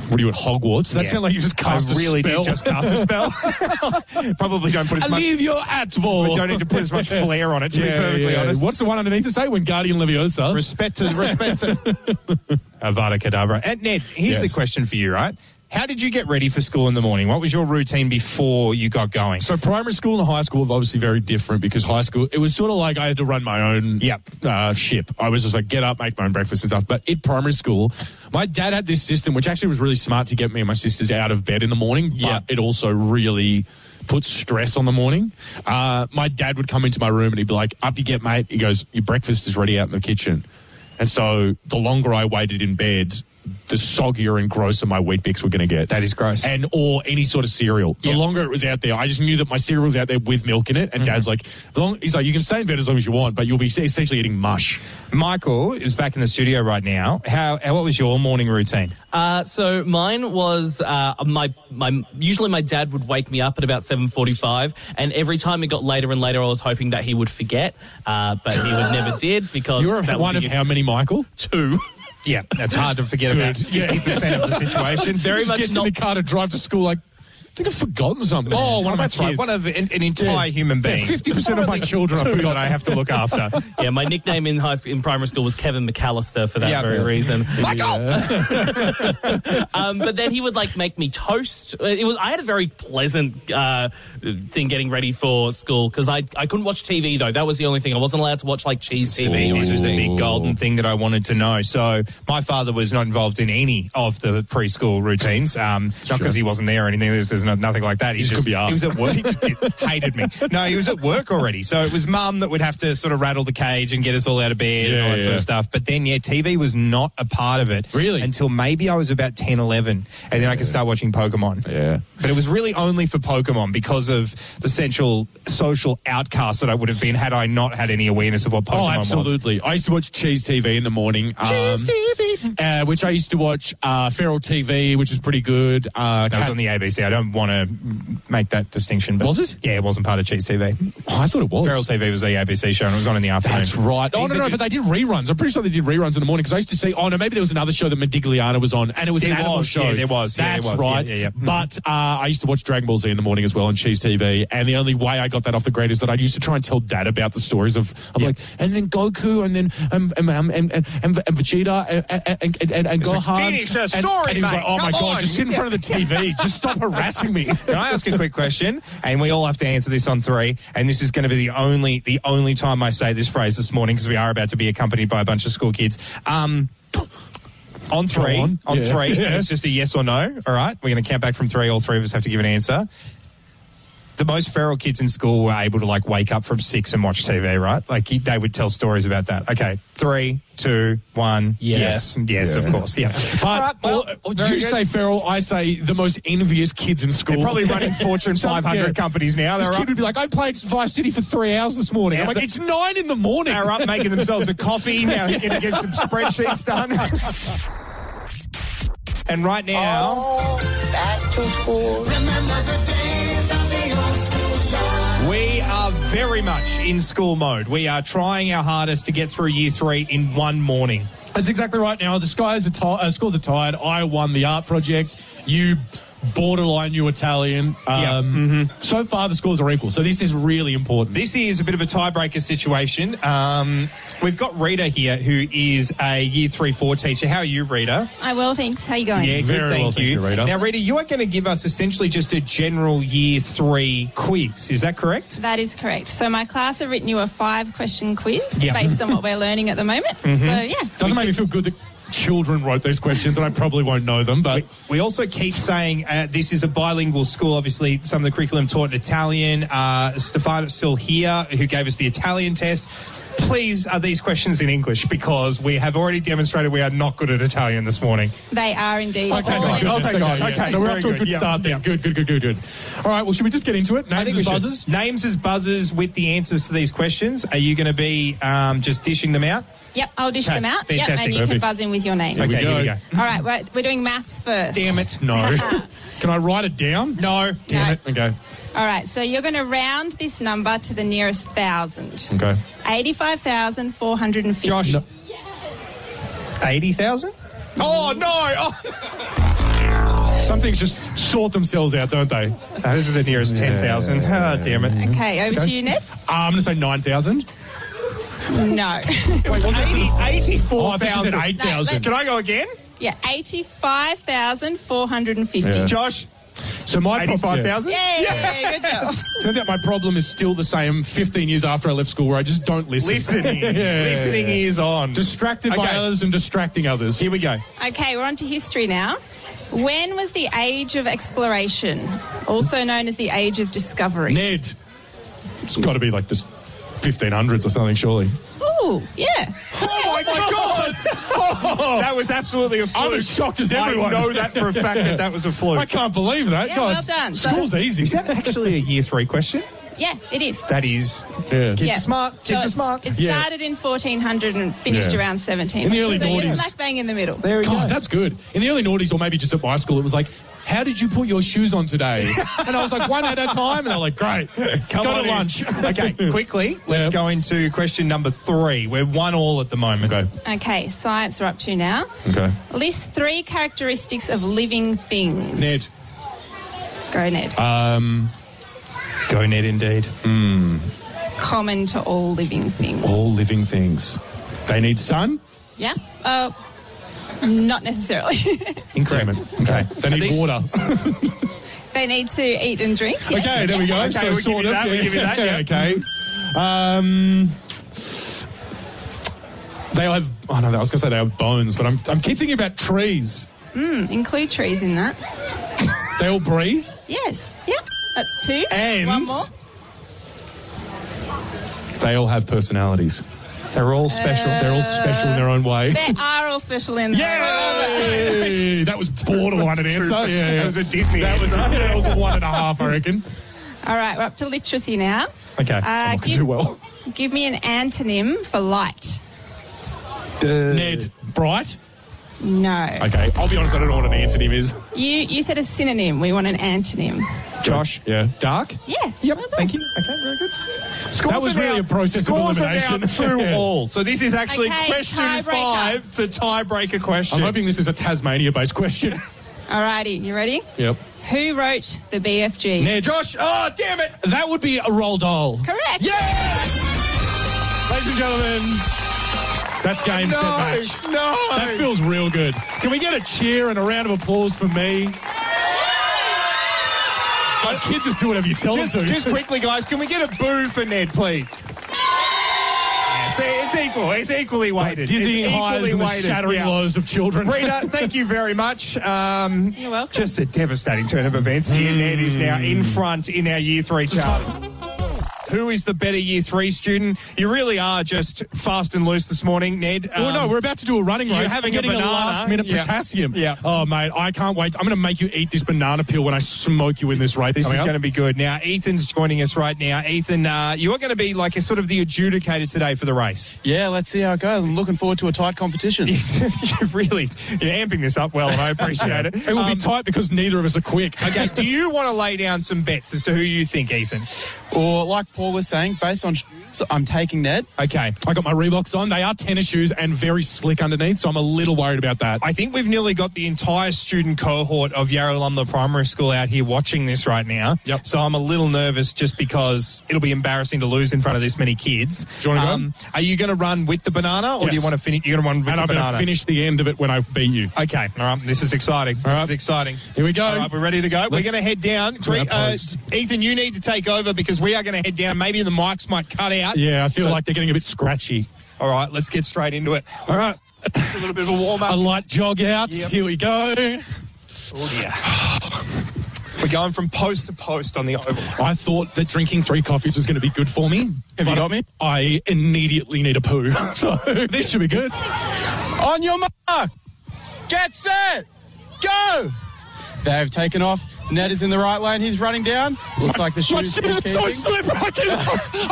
Speaker 4: What are you at Hogwarts? That
Speaker 3: Yeah.
Speaker 4: sounds like you just cast
Speaker 3: I really
Speaker 4: a spell.
Speaker 3: did just cast a spell. Probably don't put as
Speaker 4: I
Speaker 3: much.
Speaker 4: leave your atvol.
Speaker 3: We don't need to put as much flair on it. To be perfectly honest.
Speaker 4: What's the one underneath the statement? Guardian Leviosa.
Speaker 3: Respect to respect to Avada Kedavra. And Ned, here's
Speaker 4: Yes.
Speaker 3: the question for you, right? How did you get ready for school in the morning? What was your routine before you got going?
Speaker 4: So primary school and high school were obviously very different because high school it was sort of like I had to run my own
Speaker 3: Yep.
Speaker 4: uh, ship. I was just like get up, make my own breakfast and stuff. But in primary school, my dad had this system which actually was really smart to get me and my sisters out of bed in the morning.
Speaker 6: Yeah.
Speaker 4: but it also really put stress on the morning. Uh, my dad would come into my room and he'd be like, "Up you get, mate." He goes, "Your breakfast is ready out in the kitchen." And so the longer I waited in bed. The soggier and grosser my wheat bix were going to get.
Speaker 3: That is gross.
Speaker 4: And or any sort of cereal. The
Speaker 3: Yeah.
Speaker 4: longer it was out there, I just knew that my cereal was out there with milk in it. And Dad's like, as long, he's like, you can stay in bed as long as you want, but you'll be essentially eating mush.
Speaker 3: Michael is back in the studio right now. How, how what was your morning routine?
Speaker 6: Uh, so mine was uh, my my usually my dad would wake me up at about seven forty five, and every time it got later and later, I was hoping that he would forget, uh, but he would never did because
Speaker 4: You're
Speaker 6: that
Speaker 4: one
Speaker 6: would
Speaker 4: of
Speaker 6: be-
Speaker 4: how many, Michael?
Speaker 6: two.
Speaker 3: Yeah, that's hard to forget about. Fifty percent of the situation.
Speaker 6: Very
Speaker 4: Just
Speaker 6: much
Speaker 4: gets
Speaker 6: not-
Speaker 4: in the car to drive to school. Like, I think I've forgotten something. Oh, one of my
Speaker 3: that's right.
Speaker 4: kids.
Speaker 3: One of an, an entire
Speaker 4: Yeah.
Speaker 3: human being.
Speaker 4: Yeah, 50% of my children I
Speaker 3: Two
Speaker 4: forgot.
Speaker 3: that I have to look after.
Speaker 6: yeah, my nickname in high in primary school was Kevin McAllister for that
Speaker 3: Yeah.
Speaker 6: very reason.
Speaker 3: Michael.
Speaker 6: um, but then he would like make me toast. Uh, It was I had a very pleasant uh, thing getting ready for school because I I couldn't watch TV though. That was the only thing I wasn't allowed to watch like cheese TV.
Speaker 3: TV. This was the
Speaker 7: Ooh.
Speaker 3: big golden thing that I wanted to know. So my father was not involved in any of the preschool routines. Um, not because he wasn't there or anything. There's, there's no, nothing like that. He,
Speaker 4: just
Speaker 3: just
Speaker 4: couldn't be asked.
Speaker 3: He was at work. He just hated me. No, he was at work already. So it was mum that would have to sort of rattle the cage and get us all out of bed and
Speaker 4: Yeah,
Speaker 3: all that sort
Speaker 4: yeah.
Speaker 3: of stuff. But then, yeah, TV was not a part of it.
Speaker 4: Really?
Speaker 3: Until maybe I was about 10, 11. And then I could start watching Pokemon.
Speaker 4: Yeah.
Speaker 3: But it was really only for Pokemon because of the central social outcast that I would have been had I not had any awareness of what Pokemon
Speaker 4: Oh,
Speaker 3: was.
Speaker 4: absolutely. I used to watch Cheese TV in the morning. um, uh, which I used to watch uh, Feral TV, which was pretty good. Uh,
Speaker 3: That was
Speaker 4: Cat-
Speaker 3: on the ABC. I don't want to make that distinction. But
Speaker 4: Was it?
Speaker 3: Yeah, it wasn't part of Cheese TV.
Speaker 4: Oh, I thought it was.
Speaker 3: Feral TV was the ABC show, and it was on in the afternoon.
Speaker 4: That's right. Oh,
Speaker 3: These
Speaker 4: no,
Speaker 3: are
Speaker 4: no, but
Speaker 3: just-
Speaker 4: they did reruns. I'm pretty sure they did reruns in the morning because I used to see, oh, no, maybe there was another show that Medigliana was on and it was an
Speaker 3: There
Speaker 4: animal
Speaker 3: was,
Speaker 4: show.
Speaker 3: yeah, there was, yeah,
Speaker 4: That's
Speaker 3: there was, yeah,
Speaker 4: right.
Speaker 3: yeah, yeah. Mm-hmm.
Speaker 4: But uh, I used to watch Dragon Ball Z in the morning as well on Cheese TV. And the only way I got that off the grid is that I used to try and tell dad about the stories of, of like, and then Goku and then um, um, um, and, and, and, and Vegeta and, and, and, and, and Gohan.
Speaker 3: finish the
Speaker 4: And-
Speaker 3: story,
Speaker 4: and he was
Speaker 3: mate.
Speaker 4: like, oh, my
Speaker 3: Come
Speaker 4: God,
Speaker 3: on.
Speaker 4: just sit in front of the TV. just stop harassing me.
Speaker 3: Can I ask a quick question? And we all have to answer this on three. And this is going to be the only the only time I say this phrase this morning because we are about to be accompanied by a bunch of school kids. Um, on three,
Speaker 4: Go on.
Speaker 3: on,
Speaker 4: Yeah.
Speaker 3: three, and it's just a yes or no. All right, we're going to count back from three. All three of us have to give an answer. The most feral kids in school were able to like wake up from six and watch TV, right? Like he- they would tell stories about that. Okay, three, two, one.
Speaker 6: Yes.
Speaker 3: yes, yes of course, yeah.
Speaker 4: But
Speaker 3: All right, well,
Speaker 4: all-
Speaker 3: very
Speaker 4: you
Speaker 3: good.
Speaker 4: say feral, I say the most envious kids in school.
Speaker 3: They're probably running Fortune
Speaker 4: Some-
Speaker 3: 500
Speaker 4: yeah.
Speaker 3: companies now.
Speaker 4: This
Speaker 3: They're
Speaker 4: kid
Speaker 3: up,
Speaker 4: would be like, I played Vice City for three hours this morning. I'm
Speaker 3: Yeah,
Speaker 4: like,
Speaker 3: but-
Speaker 4: it's nine in the morning.
Speaker 3: they're up making themselves a coffee. Now they're going to get some spreadsheets done. and right now, we are very much in school mode. We are trying our hardest to get through year three in one morning.
Speaker 4: That's exactly right. Now the skies are ti uh, schools are tired. I won the art project. You borderline you Italian. Um,
Speaker 3: Yeah. Mm-hmm.
Speaker 4: So far the scores are equal. So this is really important.
Speaker 3: This is a bit of a tiebreaker situation. Um, we've got Rita here, who is a year three four teacher. How are you, Rita?
Speaker 8: I will, thanks. How you going?
Speaker 3: Yeah,
Speaker 4: Very
Speaker 3: good,
Speaker 4: well,
Speaker 3: thank
Speaker 4: thank
Speaker 3: you.
Speaker 4: you, Rita.
Speaker 3: Now, Rita, you are going to give us essentially just a general year three quiz. Is that correct?
Speaker 8: That is correct. So my class have written you a five question quiz
Speaker 3: Yeah. Mm-hmm.
Speaker 8: based on what we're learning at the moment. So yeah.
Speaker 4: Doesn't make me feel good that children wrote these questions and I probably won't know them, but
Speaker 3: We also keep saying uh, this is a bilingual school. Obviously, some of the curriculum taught in Italian. Uh, Stefano's still here, who gave us the Italian test. Please, are these questions in English? Because we have already demonstrated we are not good at Italian this morning.
Speaker 8: They are indeed.
Speaker 4: Okay,
Speaker 8: all
Speaker 4: thank
Speaker 8: in-
Speaker 3: Oh,
Speaker 4: goodness.
Speaker 3: thank God.
Speaker 4: yeah.
Speaker 3: Okay,
Speaker 4: So we're
Speaker 3: very
Speaker 4: off to a
Speaker 3: good.
Speaker 4: good
Speaker 3: Yeah,
Speaker 4: start there.
Speaker 3: yeah.
Speaker 4: Good, good, good, good, good. All right, well, should we just get into it? Names and
Speaker 3: we should.
Speaker 4: buzzers?
Speaker 3: Names as buzzers with the answers to these questions. Are you going to be um, just dishing them out?
Speaker 8: Yep, I'll dish
Speaker 3: Okay,
Speaker 8: them out. Yep,
Speaker 3: fantastic.
Speaker 8: and you
Speaker 4: Perfect.
Speaker 8: can buzz in with your name.
Speaker 4: we
Speaker 3: okay, here we
Speaker 4: go.
Speaker 3: go.
Speaker 8: All right, we're, we're doing maths first.
Speaker 3: Damn it.
Speaker 4: No. Can I write it down?
Speaker 3: No.
Speaker 4: Damn it. Okay.
Speaker 8: All right, so you're going to round this number to the nearest thousand.
Speaker 4: Okay.
Speaker 8: 85,450.
Speaker 3: Josh. 80,000? Oh, no. Oh. Some things just sort themselves out, don't they?
Speaker 4: No, this is the nearest 10,000. Ah, damn it.
Speaker 8: Okay, over to you, Ned.
Speaker 3: Uh, I'm going to say 9,000.
Speaker 8: No.
Speaker 4: Wait, was
Speaker 3: Oh, this is
Speaker 4: 84,000.
Speaker 3: at 8,000.
Speaker 4: Can I go again?
Speaker 8: yeah, 85,450.
Speaker 4: Josh,
Speaker 3: So my pro-
Speaker 4: 85,000?
Speaker 8: Yay, good job.
Speaker 3: yeah. Turns out my problem is still the same 15 years after I left school where I just don't listen.
Speaker 4: Listening.
Speaker 3: yeah.
Speaker 4: Listening is on.
Speaker 3: Distracted by
Speaker 4: Okay.
Speaker 3: others and distracting others.
Speaker 4: Here we go.
Speaker 8: Okay, we're on to history now. When was the age of exploration, also known as the age of discovery?
Speaker 3: Ned. It's got to be like this 1500s or something, surely.
Speaker 8: Ooh, yeah.
Speaker 4: Oh my God!
Speaker 8: Oh!
Speaker 4: that was absolutely a fluke.
Speaker 3: I'm as shocked as everyone.
Speaker 4: I know that for a fact that that was a
Speaker 3: I
Speaker 4: fluke.
Speaker 3: can't believe that.
Speaker 8: Yeah,
Speaker 3: God,
Speaker 8: well done. So-
Speaker 3: School's easy.
Speaker 4: Is that actually a year three question?
Speaker 8: Yeah, it is.
Speaker 4: That is.
Speaker 3: Yeah.
Speaker 4: Kids
Speaker 8: Yeah.
Speaker 4: are smart.
Speaker 8: So
Speaker 4: Kids are
Speaker 8: it's-
Speaker 4: smart.
Speaker 8: It
Speaker 3: Yeah.
Speaker 8: started in 1400 and finished
Speaker 3: Yeah.
Speaker 8: around 17.
Speaker 3: In the early
Speaker 8: so you're
Speaker 3: 90s.
Speaker 8: smack bang in the middle.
Speaker 4: There we
Speaker 3: God,
Speaker 4: go.
Speaker 3: that's good. In the early noughties, or maybe just at my school, it was like, how did you put your shoes on today? and I was like, one at a time. And they're like, great.
Speaker 4: Come
Speaker 3: Go
Speaker 4: on
Speaker 3: to
Speaker 4: in.
Speaker 3: lunch.
Speaker 4: okay, quickly, let's
Speaker 3: Yeah.
Speaker 4: go into question number three. We're one all at the moment.
Speaker 3: Okay.
Speaker 8: Okay, science we're up to now.
Speaker 3: Okay.
Speaker 8: List three characteristics of living things.
Speaker 3: Ned.
Speaker 8: Go, Ned.
Speaker 4: Go, Ned, indeed.
Speaker 3: Mm.
Speaker 8: Common to all living things.
Speaker 3: All living things. They need sun.
Speaker 8: Yeah? Uh, not necessarily.
Speaker 4: Incorrect. Okay.
Speaker 3: They need water.
Speaker 8: they need to eat and drink. yeah?
Speaker 3: Okay, there we go.
Speaker 4: Okay,
Speaker 3: so
Speaker 4: we'll give
Speaker 3: sort
Speaker 4: you
Speaker 3: of.
Speaker 4: that, we'll give you that, yeah.
Speaker 3: okay. Um, they all have. I don't know. I was going to say they have bones, but I'm. I'm keep thinking about trees.
Speaker 8: Include trees in that.
Speaker 3: They all breathe.
Speaker 8: Yes. Yep. That's two.
Speaker 3: And-
Speaker 8: one more.
Speaker 3: They all have personalities.
Speaker 4: They're all special.
Speaker 3: They're all special in their own way.
Speaker 8: They are all special in there.
Speaker 3: Yay! That was borderline an
Speaker 4: That's
Speaker 3: answer.
Speaker 4: true.
Speaker 3: Yeah, yeah.
Speaker 4: That was a Disney
Speaker 3: That was,
Speaker 4: answer.
Speaker 3: that was a one and a half, I reckon.
Speaker 8: All right, we're up to literacy now.
Speaker 4: Okay.
Speaker 8: Uh,
Speaker 3: Not gonna do well.
Speaker 8: Give me an antonym for light.
Speaker 3: Uh, Ned, bright.
Speaker 8: No.
Speaker 3: Okay, I'll be honest. I don't know what an antonym is.
Speaker 8: You you said a synonym. We want an antonym.
Speaker 4: Josh.
Speaker 3: Yeah.
Speaker 4: Dark.
Speaker 8: Yeah.
Speaker 4: Yep.
Speaker 8: well done.
Speaker 4: Thank you. Okay. Very good. Scores
Speaker 3: That was
Speaker 4: are
Speaker 3: really
Speaker 4: now-
Speaker 3: a process of
Speaker 4: scores are
Speaker 3: elimination.
Speaker 4: now two
Speaker 3: Yeah.
Speaker 4: all. So this is actually
Speaker 8: Okay,
Speaker 4: question
Speaker 8: tiebreaker.
Speaker 4: five, the tiebreaker question.
Speaker 3: I'm hoping this is a Tasmania-based question.
Speaker 8: All righty, you ready?
Speaker 3: yep.
Speaker 8: Who wrote the BFG?
Speaker 3: Ned.
Speaker 4: Josh. Oh, damn it.
Speaker 3: That would be a roll doll.
Speaker 8: Correct.
Speaker 3: Ladies and gentlemen, that's game set match.
Speaker 4: No. No.
Speaker 3: That feels real good. Can we get a cheer and a round of applause for me? My kids just do whatever you tell
Speaker 4: just,
Speaker 3: them to.
Speaker 4: just quickly, guys, can we get a boo for Ned, please? See, it's equal. It's equally weighted.
Speaker 3: Dizzying
Speaker 4: it's
Speaker 3: highs
Speaker 4: equally
Speaker 3: and the
Speaker 4: weighted.
Speaker 3: shattering
Speaker 4: Yeah.
Speaker 3: lows of children.
Speaker 4: Rita, thank you very much. Um,
Speaker 8: You're welcome.
Speaker 4: Just a devastating turn of events here.
Speaker 9: Hmm.
Speaker 4: Ned is now in front in our year three chart. Who is the better year three student? You really are just fast and loose this morning, Ned.
Speaker 3: Well, no,
Speaker 4: Um,
Speaker 3: we're about to do a running
Speaker 4: You're
Speaker 3: race.
Speaker 4: having
Speaker 3: We're
Speaker 4: a
Speaker 3: getting
Speaker 4: banana.
Speaker 3: last minute
Speaker 4: Yeah.
Speaker 3: potassium.
Speaker 4: Yeah.
Speaker 3: Oh, mate, I can't wait. I'm going to make you eat this banana peel when I smoke you in this race.
Speaker 4: This
Speaker 3: coming
Speaker 4: is
Speaker 3: up.
Speaker 4: going to be good. Now, Ethan's joining us right now. Ethan, uh, you are going to be like a sort of the adjudicator today for the race.
Speaker 9: Yeah, let's see how it goes. I'm looking forward to a tight competition.
Speaker 4: you really, you're amping this up well, and I appreciate it.
Speaker 3: It will
Speaker 4: Um,
Speaker 3: be tight because neither of us are quick.
Speaker 4: Okay, do you want to lay down some bets as to who you think, Ethan?
Speaker 9: Or, like Paul was saying, based on, so I'm taking Ned.
Speaker 4: Okay.
Speaker 3: I got my Reeboks on. They are tennis shoes and very slick underneath, so I'm a little worried about that.
Speaker 4: I think we've nearly got the entire student cohort of Yarra Lumla Primary School out here watching this right now.
Speaker 3: Yep.
Speaker 4: So I'm a little nervous just because it'll be embarrassing to lose in front of this many kids. Um,
Speaker 3: Do you wanna go?
Speaker 4: Are you going to run with the banana, or do you
Speaker 3: Yes.
Speaker 4: want to finish? You're going to run with
Speaker 3: and
Speaker 4: the
Speaker 3: I'm going
Speaker 4: banana.
Speaker 3: to finish the end of it when I beat you.
Speaker 4: Okay, all right. This is exciting. This
Speaker 3: right.
Speaker 4: is exciting.
Speaker 3: Here we go.
Speaker 4: All right, we're ready to go.
Speaker 3: Let's-
Speaker 4: we're going to head down.
Speaker 3: To our
Speaker 4: Gre- uh,
Speaker 3: post.
Speaker 4: Ethan, you need to take over because we are going to head down. Maybe the mics might cut out.
Speaker 3: Yeah, I feel
Speaker 4: So-
Speaker 3: like they're getting a bit scratchy.
Speaker 4: All right, let's get straight into it.
Speaker 3: All right,
Speaker 4: Just a little bit of a warm
Speaker 3: a
Speaker 4: up.
Speaker 3: light jog out.
Speaker 4: Yep.
Speaker 3: Here we go.
Speaker 4: We're going from post to post on the oval.
Speaker 3: I thought that drinking three coffees was going to be good for me. Have you got me? I immediately need a poo, so this should be good.
Speaker 9: On your mark, get set, go! They've taken off. Ned is in the right lane. He's running down. Looks like the
Speaker 3: My
Speaker 9: shoes.
Speaker 3: shoes are so slippery. I can't,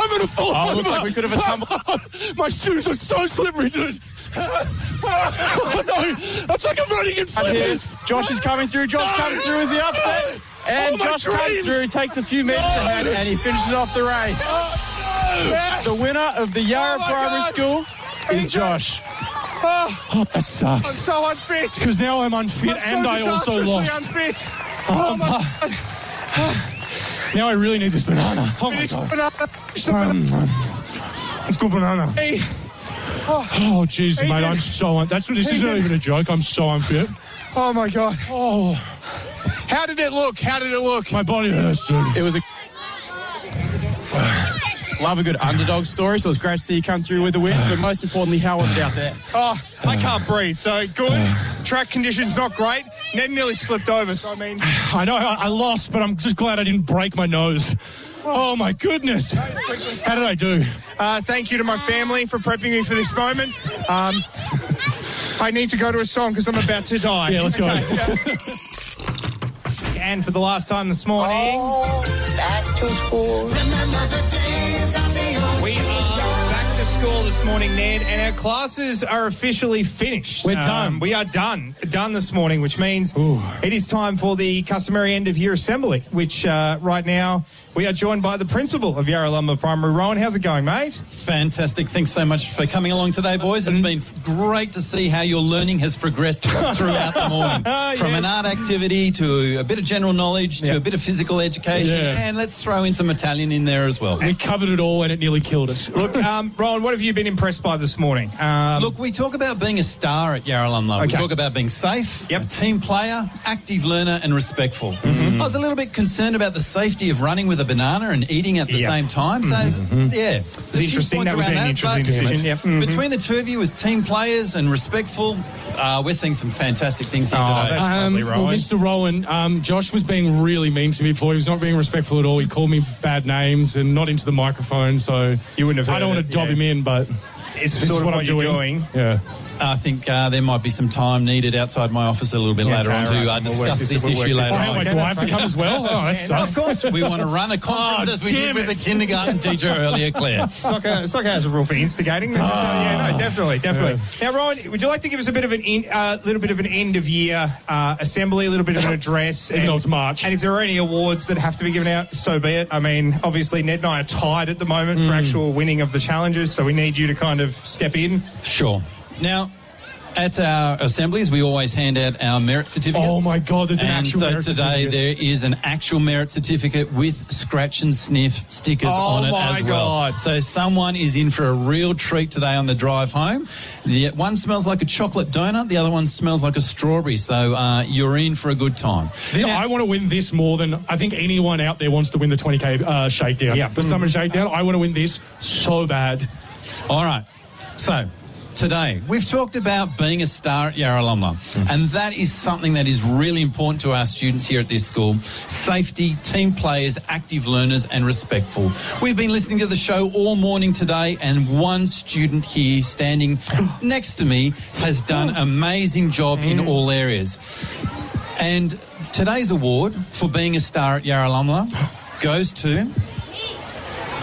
Speaker 3: I'm going to fall
Speaker 9: Oh,
Speaker 3: over.
Speaker 9: looks like we could have a tumble.
Speaker 3: My shoes are so slippery, dude. oh, no, it's like I'm running in flippers.
Speaker 9: Josh is coming through. Josh
Speaker 3: No.
Speaker 9: comes through with the upset. And
Speaker 3: Oh, my
Speaker 9: Josh
Speaker 3: dreams.
Speaker 9: comes through, takes a few meters
Speaker 3: No.
Speaker 9: ahead, and he finishes off the race.
Speaker 3: Oh, no.
Speaker 9: The winner of the Yarra
Speaker 3: Oh, my
Speaker 9: Primary
Speaker 3: God.
Speaker 9: School is Josh. Oh,
Speaker 4: Oh, that
Speaker 9: I'm
Speaker 4: sucks.
Speaker 9: so unfit.
Speaker 4: Because now I'm unfit
Speaker 9: I'm so
Speaker 4: and I also
Speaker 9: disastrously
Speaker 4: lost.
Speaker 9: unfit.
Speaker 4: Oh, my- now I really need this banana. Oh, my
Speaker 9: Finish
Speaker 4: God.
Speaker 9: banana. Finish the
Speaker 4: Um, let's go banana.
Speaker 9: banana.
Speaker 4: Oh, jeez, mate,
Speaker 9: Ethan.
Speaker 4: I'm so... Un- that's what... This isn't
Speaker 9: Ethan.
Speaker 4: even a joke. I'm so unfit.
Speaker 9: Oh my god.
Speaker 4: Oh,
Speaker 9: How did it look? How did it look?
Speaker 4: my body hurts, dude.
Speaker 9: It was a. Love a good underdog story, so it's great to see you come through with the win. But most importantly, how was it out there?
Speaker 3: Oh, I can't breathe. So good. Track conditions not great. Ned nearly slipped over. So I mean,
Speaker 4: I know I, I lost, but I'm just glad I didn't break my nose. Oh, my goodness. How did I do?
Speaker 3: uh, thank you to my family for prepping me for this moment. Um, I need to go to a song because I'm about to die.
Speaker 4: Yeah, let's go.
Speaker 3: And for the last time this morning. We are back to school this morning, Ned, and our classes are officially finished. Um,
Speaker 4: We're done.
Speaker 3: We are done. Done this morning, which means
Speaker 4: Ooh.
Speaker 3: it is time for the customary end of year assembly, which uh, right now we are joined by the principal of Yarra Lumber Primary. Rowan, how's it going, mate?
Speaker 10: Fantastic. Thanks so much for coming along today, boys. It's been great to see how your learning has progressed throughout the morning. From an art activity to a bit of general knowledge to a bit of physical education.
Speaker 4: Yeah.
Speaker 10: And let's throw in some Italian in there as well.
Speaker 4: We covered it all and it nearly killed us.
Speaker 3: Look, um, Rowan, what have you been impressed by this morning? Um,
Speaker 10: Look, we talk about being a star at Yarralumla. We
Speaker 3: Okay.
Speaker 10: talk about being safe,
Speaker 3: Yep. Mm-hmm.
Speaker 10: a team player, active learner, and respectful. I was a little bit concerned about the safety of running with a banana and eating at the
Speaker 3: Yeah.
Speaker 10: same time. So, yeah. It's
Speaker 3: interesting. That was an interesting decision, yep. Mhm.
Speaker 10: Between the two of you, with team players and respectful, uh, we're seeing some fantastic things here
Speaker 3: Oh,
Speaker 10: today.
Speaker 3: that's-
Speaker 4: Um,
Speaker 3: lovely, Rowan.
Speaker 4: Well, Mr. Rowan, um, Josh was being really mean to me before. He was not being respectful at all. He called me bad names and not into the microphone. So
Speaker 3: You wouldn't have
Speaker 4: I don't
Speaker 3: heard
Speaker 4: want
Speaker 3: it,
Speaker 4: to dob
Speaker 3: yeah.
Speaker 4: him in, but
Speaker 3: it's
Speaker 4: this
Speaker 3: sort
Speaker 4: is
Speaker 3: of
Speaker 4: what,
Speaker 3: what,
Speaker 4: I'm
Speaker 3: you're
Speaker 4: doing.
Speaker 3: doing.
Speaker 4: Yeah.
Speaker 10: I think uh, there might be some time needed outside my office a little bit later
Speaker 3: okay,
Speaker 10: on to
Speaker 3: right.
Speaker 10: uh,
Speaker 3: We'll work
Speaker 10: discuss
Speaker 3: this-
Speaker 10: this
Speaker 3: we'll
Speaker 10: issue
Speaker 3: work this
Speaker 10: later
Speaker 3: out.
Speaker 10: on.
Speaker 4: Oh, wait,
Speaker 3: okay,
Speaker 4: do I
Speaker 3: that's
Speaker 4: have to
Speaker 3: fine.
Speaker 4: come as well? Oh, that
Speaker 10: Of
Speaker 4: sucks.
Speaker 10: course, we want to run a conference
Speaker 4: Oh,
Speaker 10: as we
Speaker 4: damn
Speaker 10: did with
Speaker 4: it.
Speaker 10: the kindergarten teacher earlier, Claire.
Speaker 3: Soccer, soccer has a rule for instigating. This is, uh, yeah,
Speaker 4: Ah.
Speaker 3: no, definitely, definitely. Now, Ryan, would you like to give us a bit of an, in, uh, little bit of an end of year uh, assembly, a little bit of an address,
Speaker 4: Even though it's March.
Speaker 3: and if there are any awards that have to be given out, so be it. I mean, obviously, Ned and I are tied at the moment
Speaker 4: Hmm.
Speaker 3: for actual winning of the challenges, so we need you to kind of step in.
Speaker 10: Sure. Now, at our assemblies, we always hand out our merit certificates.
Speaker 4: Oh my God, there's an
Speaker 10: and
Speaker 4: actual
Speaker 10: so
Speaker 4: merit
Speaker 10: today
Speaker 4: certificate.
Speaker 10: there is an actual merit certificate with scratch and sniff stickers
Speaker 3: Oh
Speaker 10: on it
Speaker 3: my
Speaker 10: as well.
Speaker 3: God.
Speaker 10: So someone is in for a real treat today on the drive home. The one smells like a chocolate donut, the other one smells like a strawberry. So uh, you're in for a good time.
Speaker 4: Th-
Speaker 10: Now-
Speaker 4: I want to win this more than I think anyone out there wants to win the 20k uh, shakedown.
Speaker 3: Yeah.
Speaker 4: The summer shakedown. I want to win this so bad.
Speaker 10: All right. So today we've talked about being a star at Yarralumla, and that is something that is really important to our students here at this school. Safety, team players, active learners, and respectful. We've been listening to the show all morning today, and one student here standing next to me has done amazing job in all areas. And today's award for being a star at Yarralumla goes to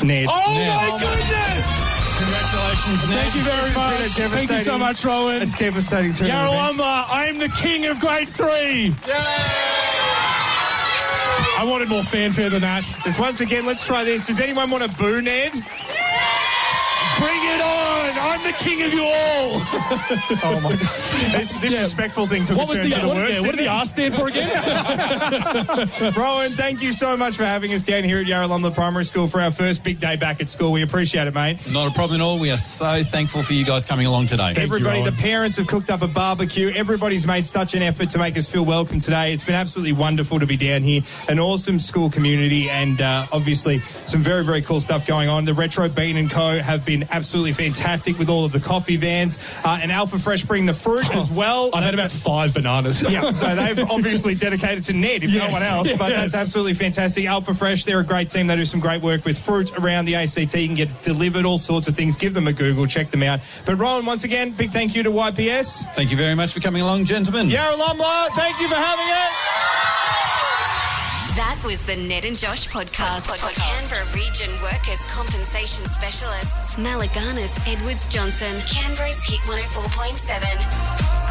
Speaker 3: Ned.
Speaker 4: Oh
Speaker 10: Ned.
Speaker 4: Congratulations, Ned. Thank you very much.
Speaker 3: This has been a
Speaker 4: Thank you so
Speaker 3: devastating-
Speaker 4: much,
Speaker 3: A
Speaker 4: Rowan.
Speaker 3: devastating turn. of events.
Speaker 4: Yarralumla, I am the king of grade three. I wanted more fanfare than that.
Speaker 3: Just once again, let's try this. Does anyone want to boo Ned?
Speaker 4: Bring it on! I'm the king of you all.
Speaker 3: Oh my! This disrespectful thing took
Speaker 4: What
Speaker 3: a
Speaker 4: was
Speaker 3: turn
Speaker 4: the
Speaker 3: for the
Speaker 4: what,
Speaker 3: worst.
Speaker 4: yeah, what did
Speaker 3: didn't
Speaker 4: the
Speaker 3: it?
Speaker 4: R stand for again?
Speaker 3: Rowan, thank you so much for having us down here at Yarralumla Primary School for our first big day back at school. We appreciate it, mate.
Speaker 10: Not a problem at all. We are so thankful for you guys coming along today.
Speaker 3: Everybody,
Speaker 4: Rowan.
Speaker 3: the parents have cooked up a barbecue. Everybody's made such an effort to make us feel welcome today. It's been absolutely wonderful to be down here. An awesome school community, and uh, obviously some very, very cool stuff going on. The Retro Bean and Co. have been absolutely fantastic with all of the coffee vans, uh, and Alpha Fresh bring the fruit as well.
Speaker 4: Oh, I've had about five bananas.
Speaker 3: yeah, so they've obviously dedicated to Ned, if no
Speaker 4: Yes,
Speaker 3: one else. But
Speaker 4: yes.
Speaker 3: that's absolutely fantastic. Alpha Fresh, they're a great team. They do some great work with fruit around the ACT. You can get it delivered all sorts of things. Give them a Google, check them out. But Rowan, once again, big thank you to YPS.
Speaker 10: Thank you very much for coming along, gentlemen.
Speaker 3: Yarralumla, thank you for having us.
Speaker 2: That was the Ned and Josh podcast. Canberra Region Workers Compensation oh Specialists. Malaganas Edwards Johnson. Canberra's Hit 104.7.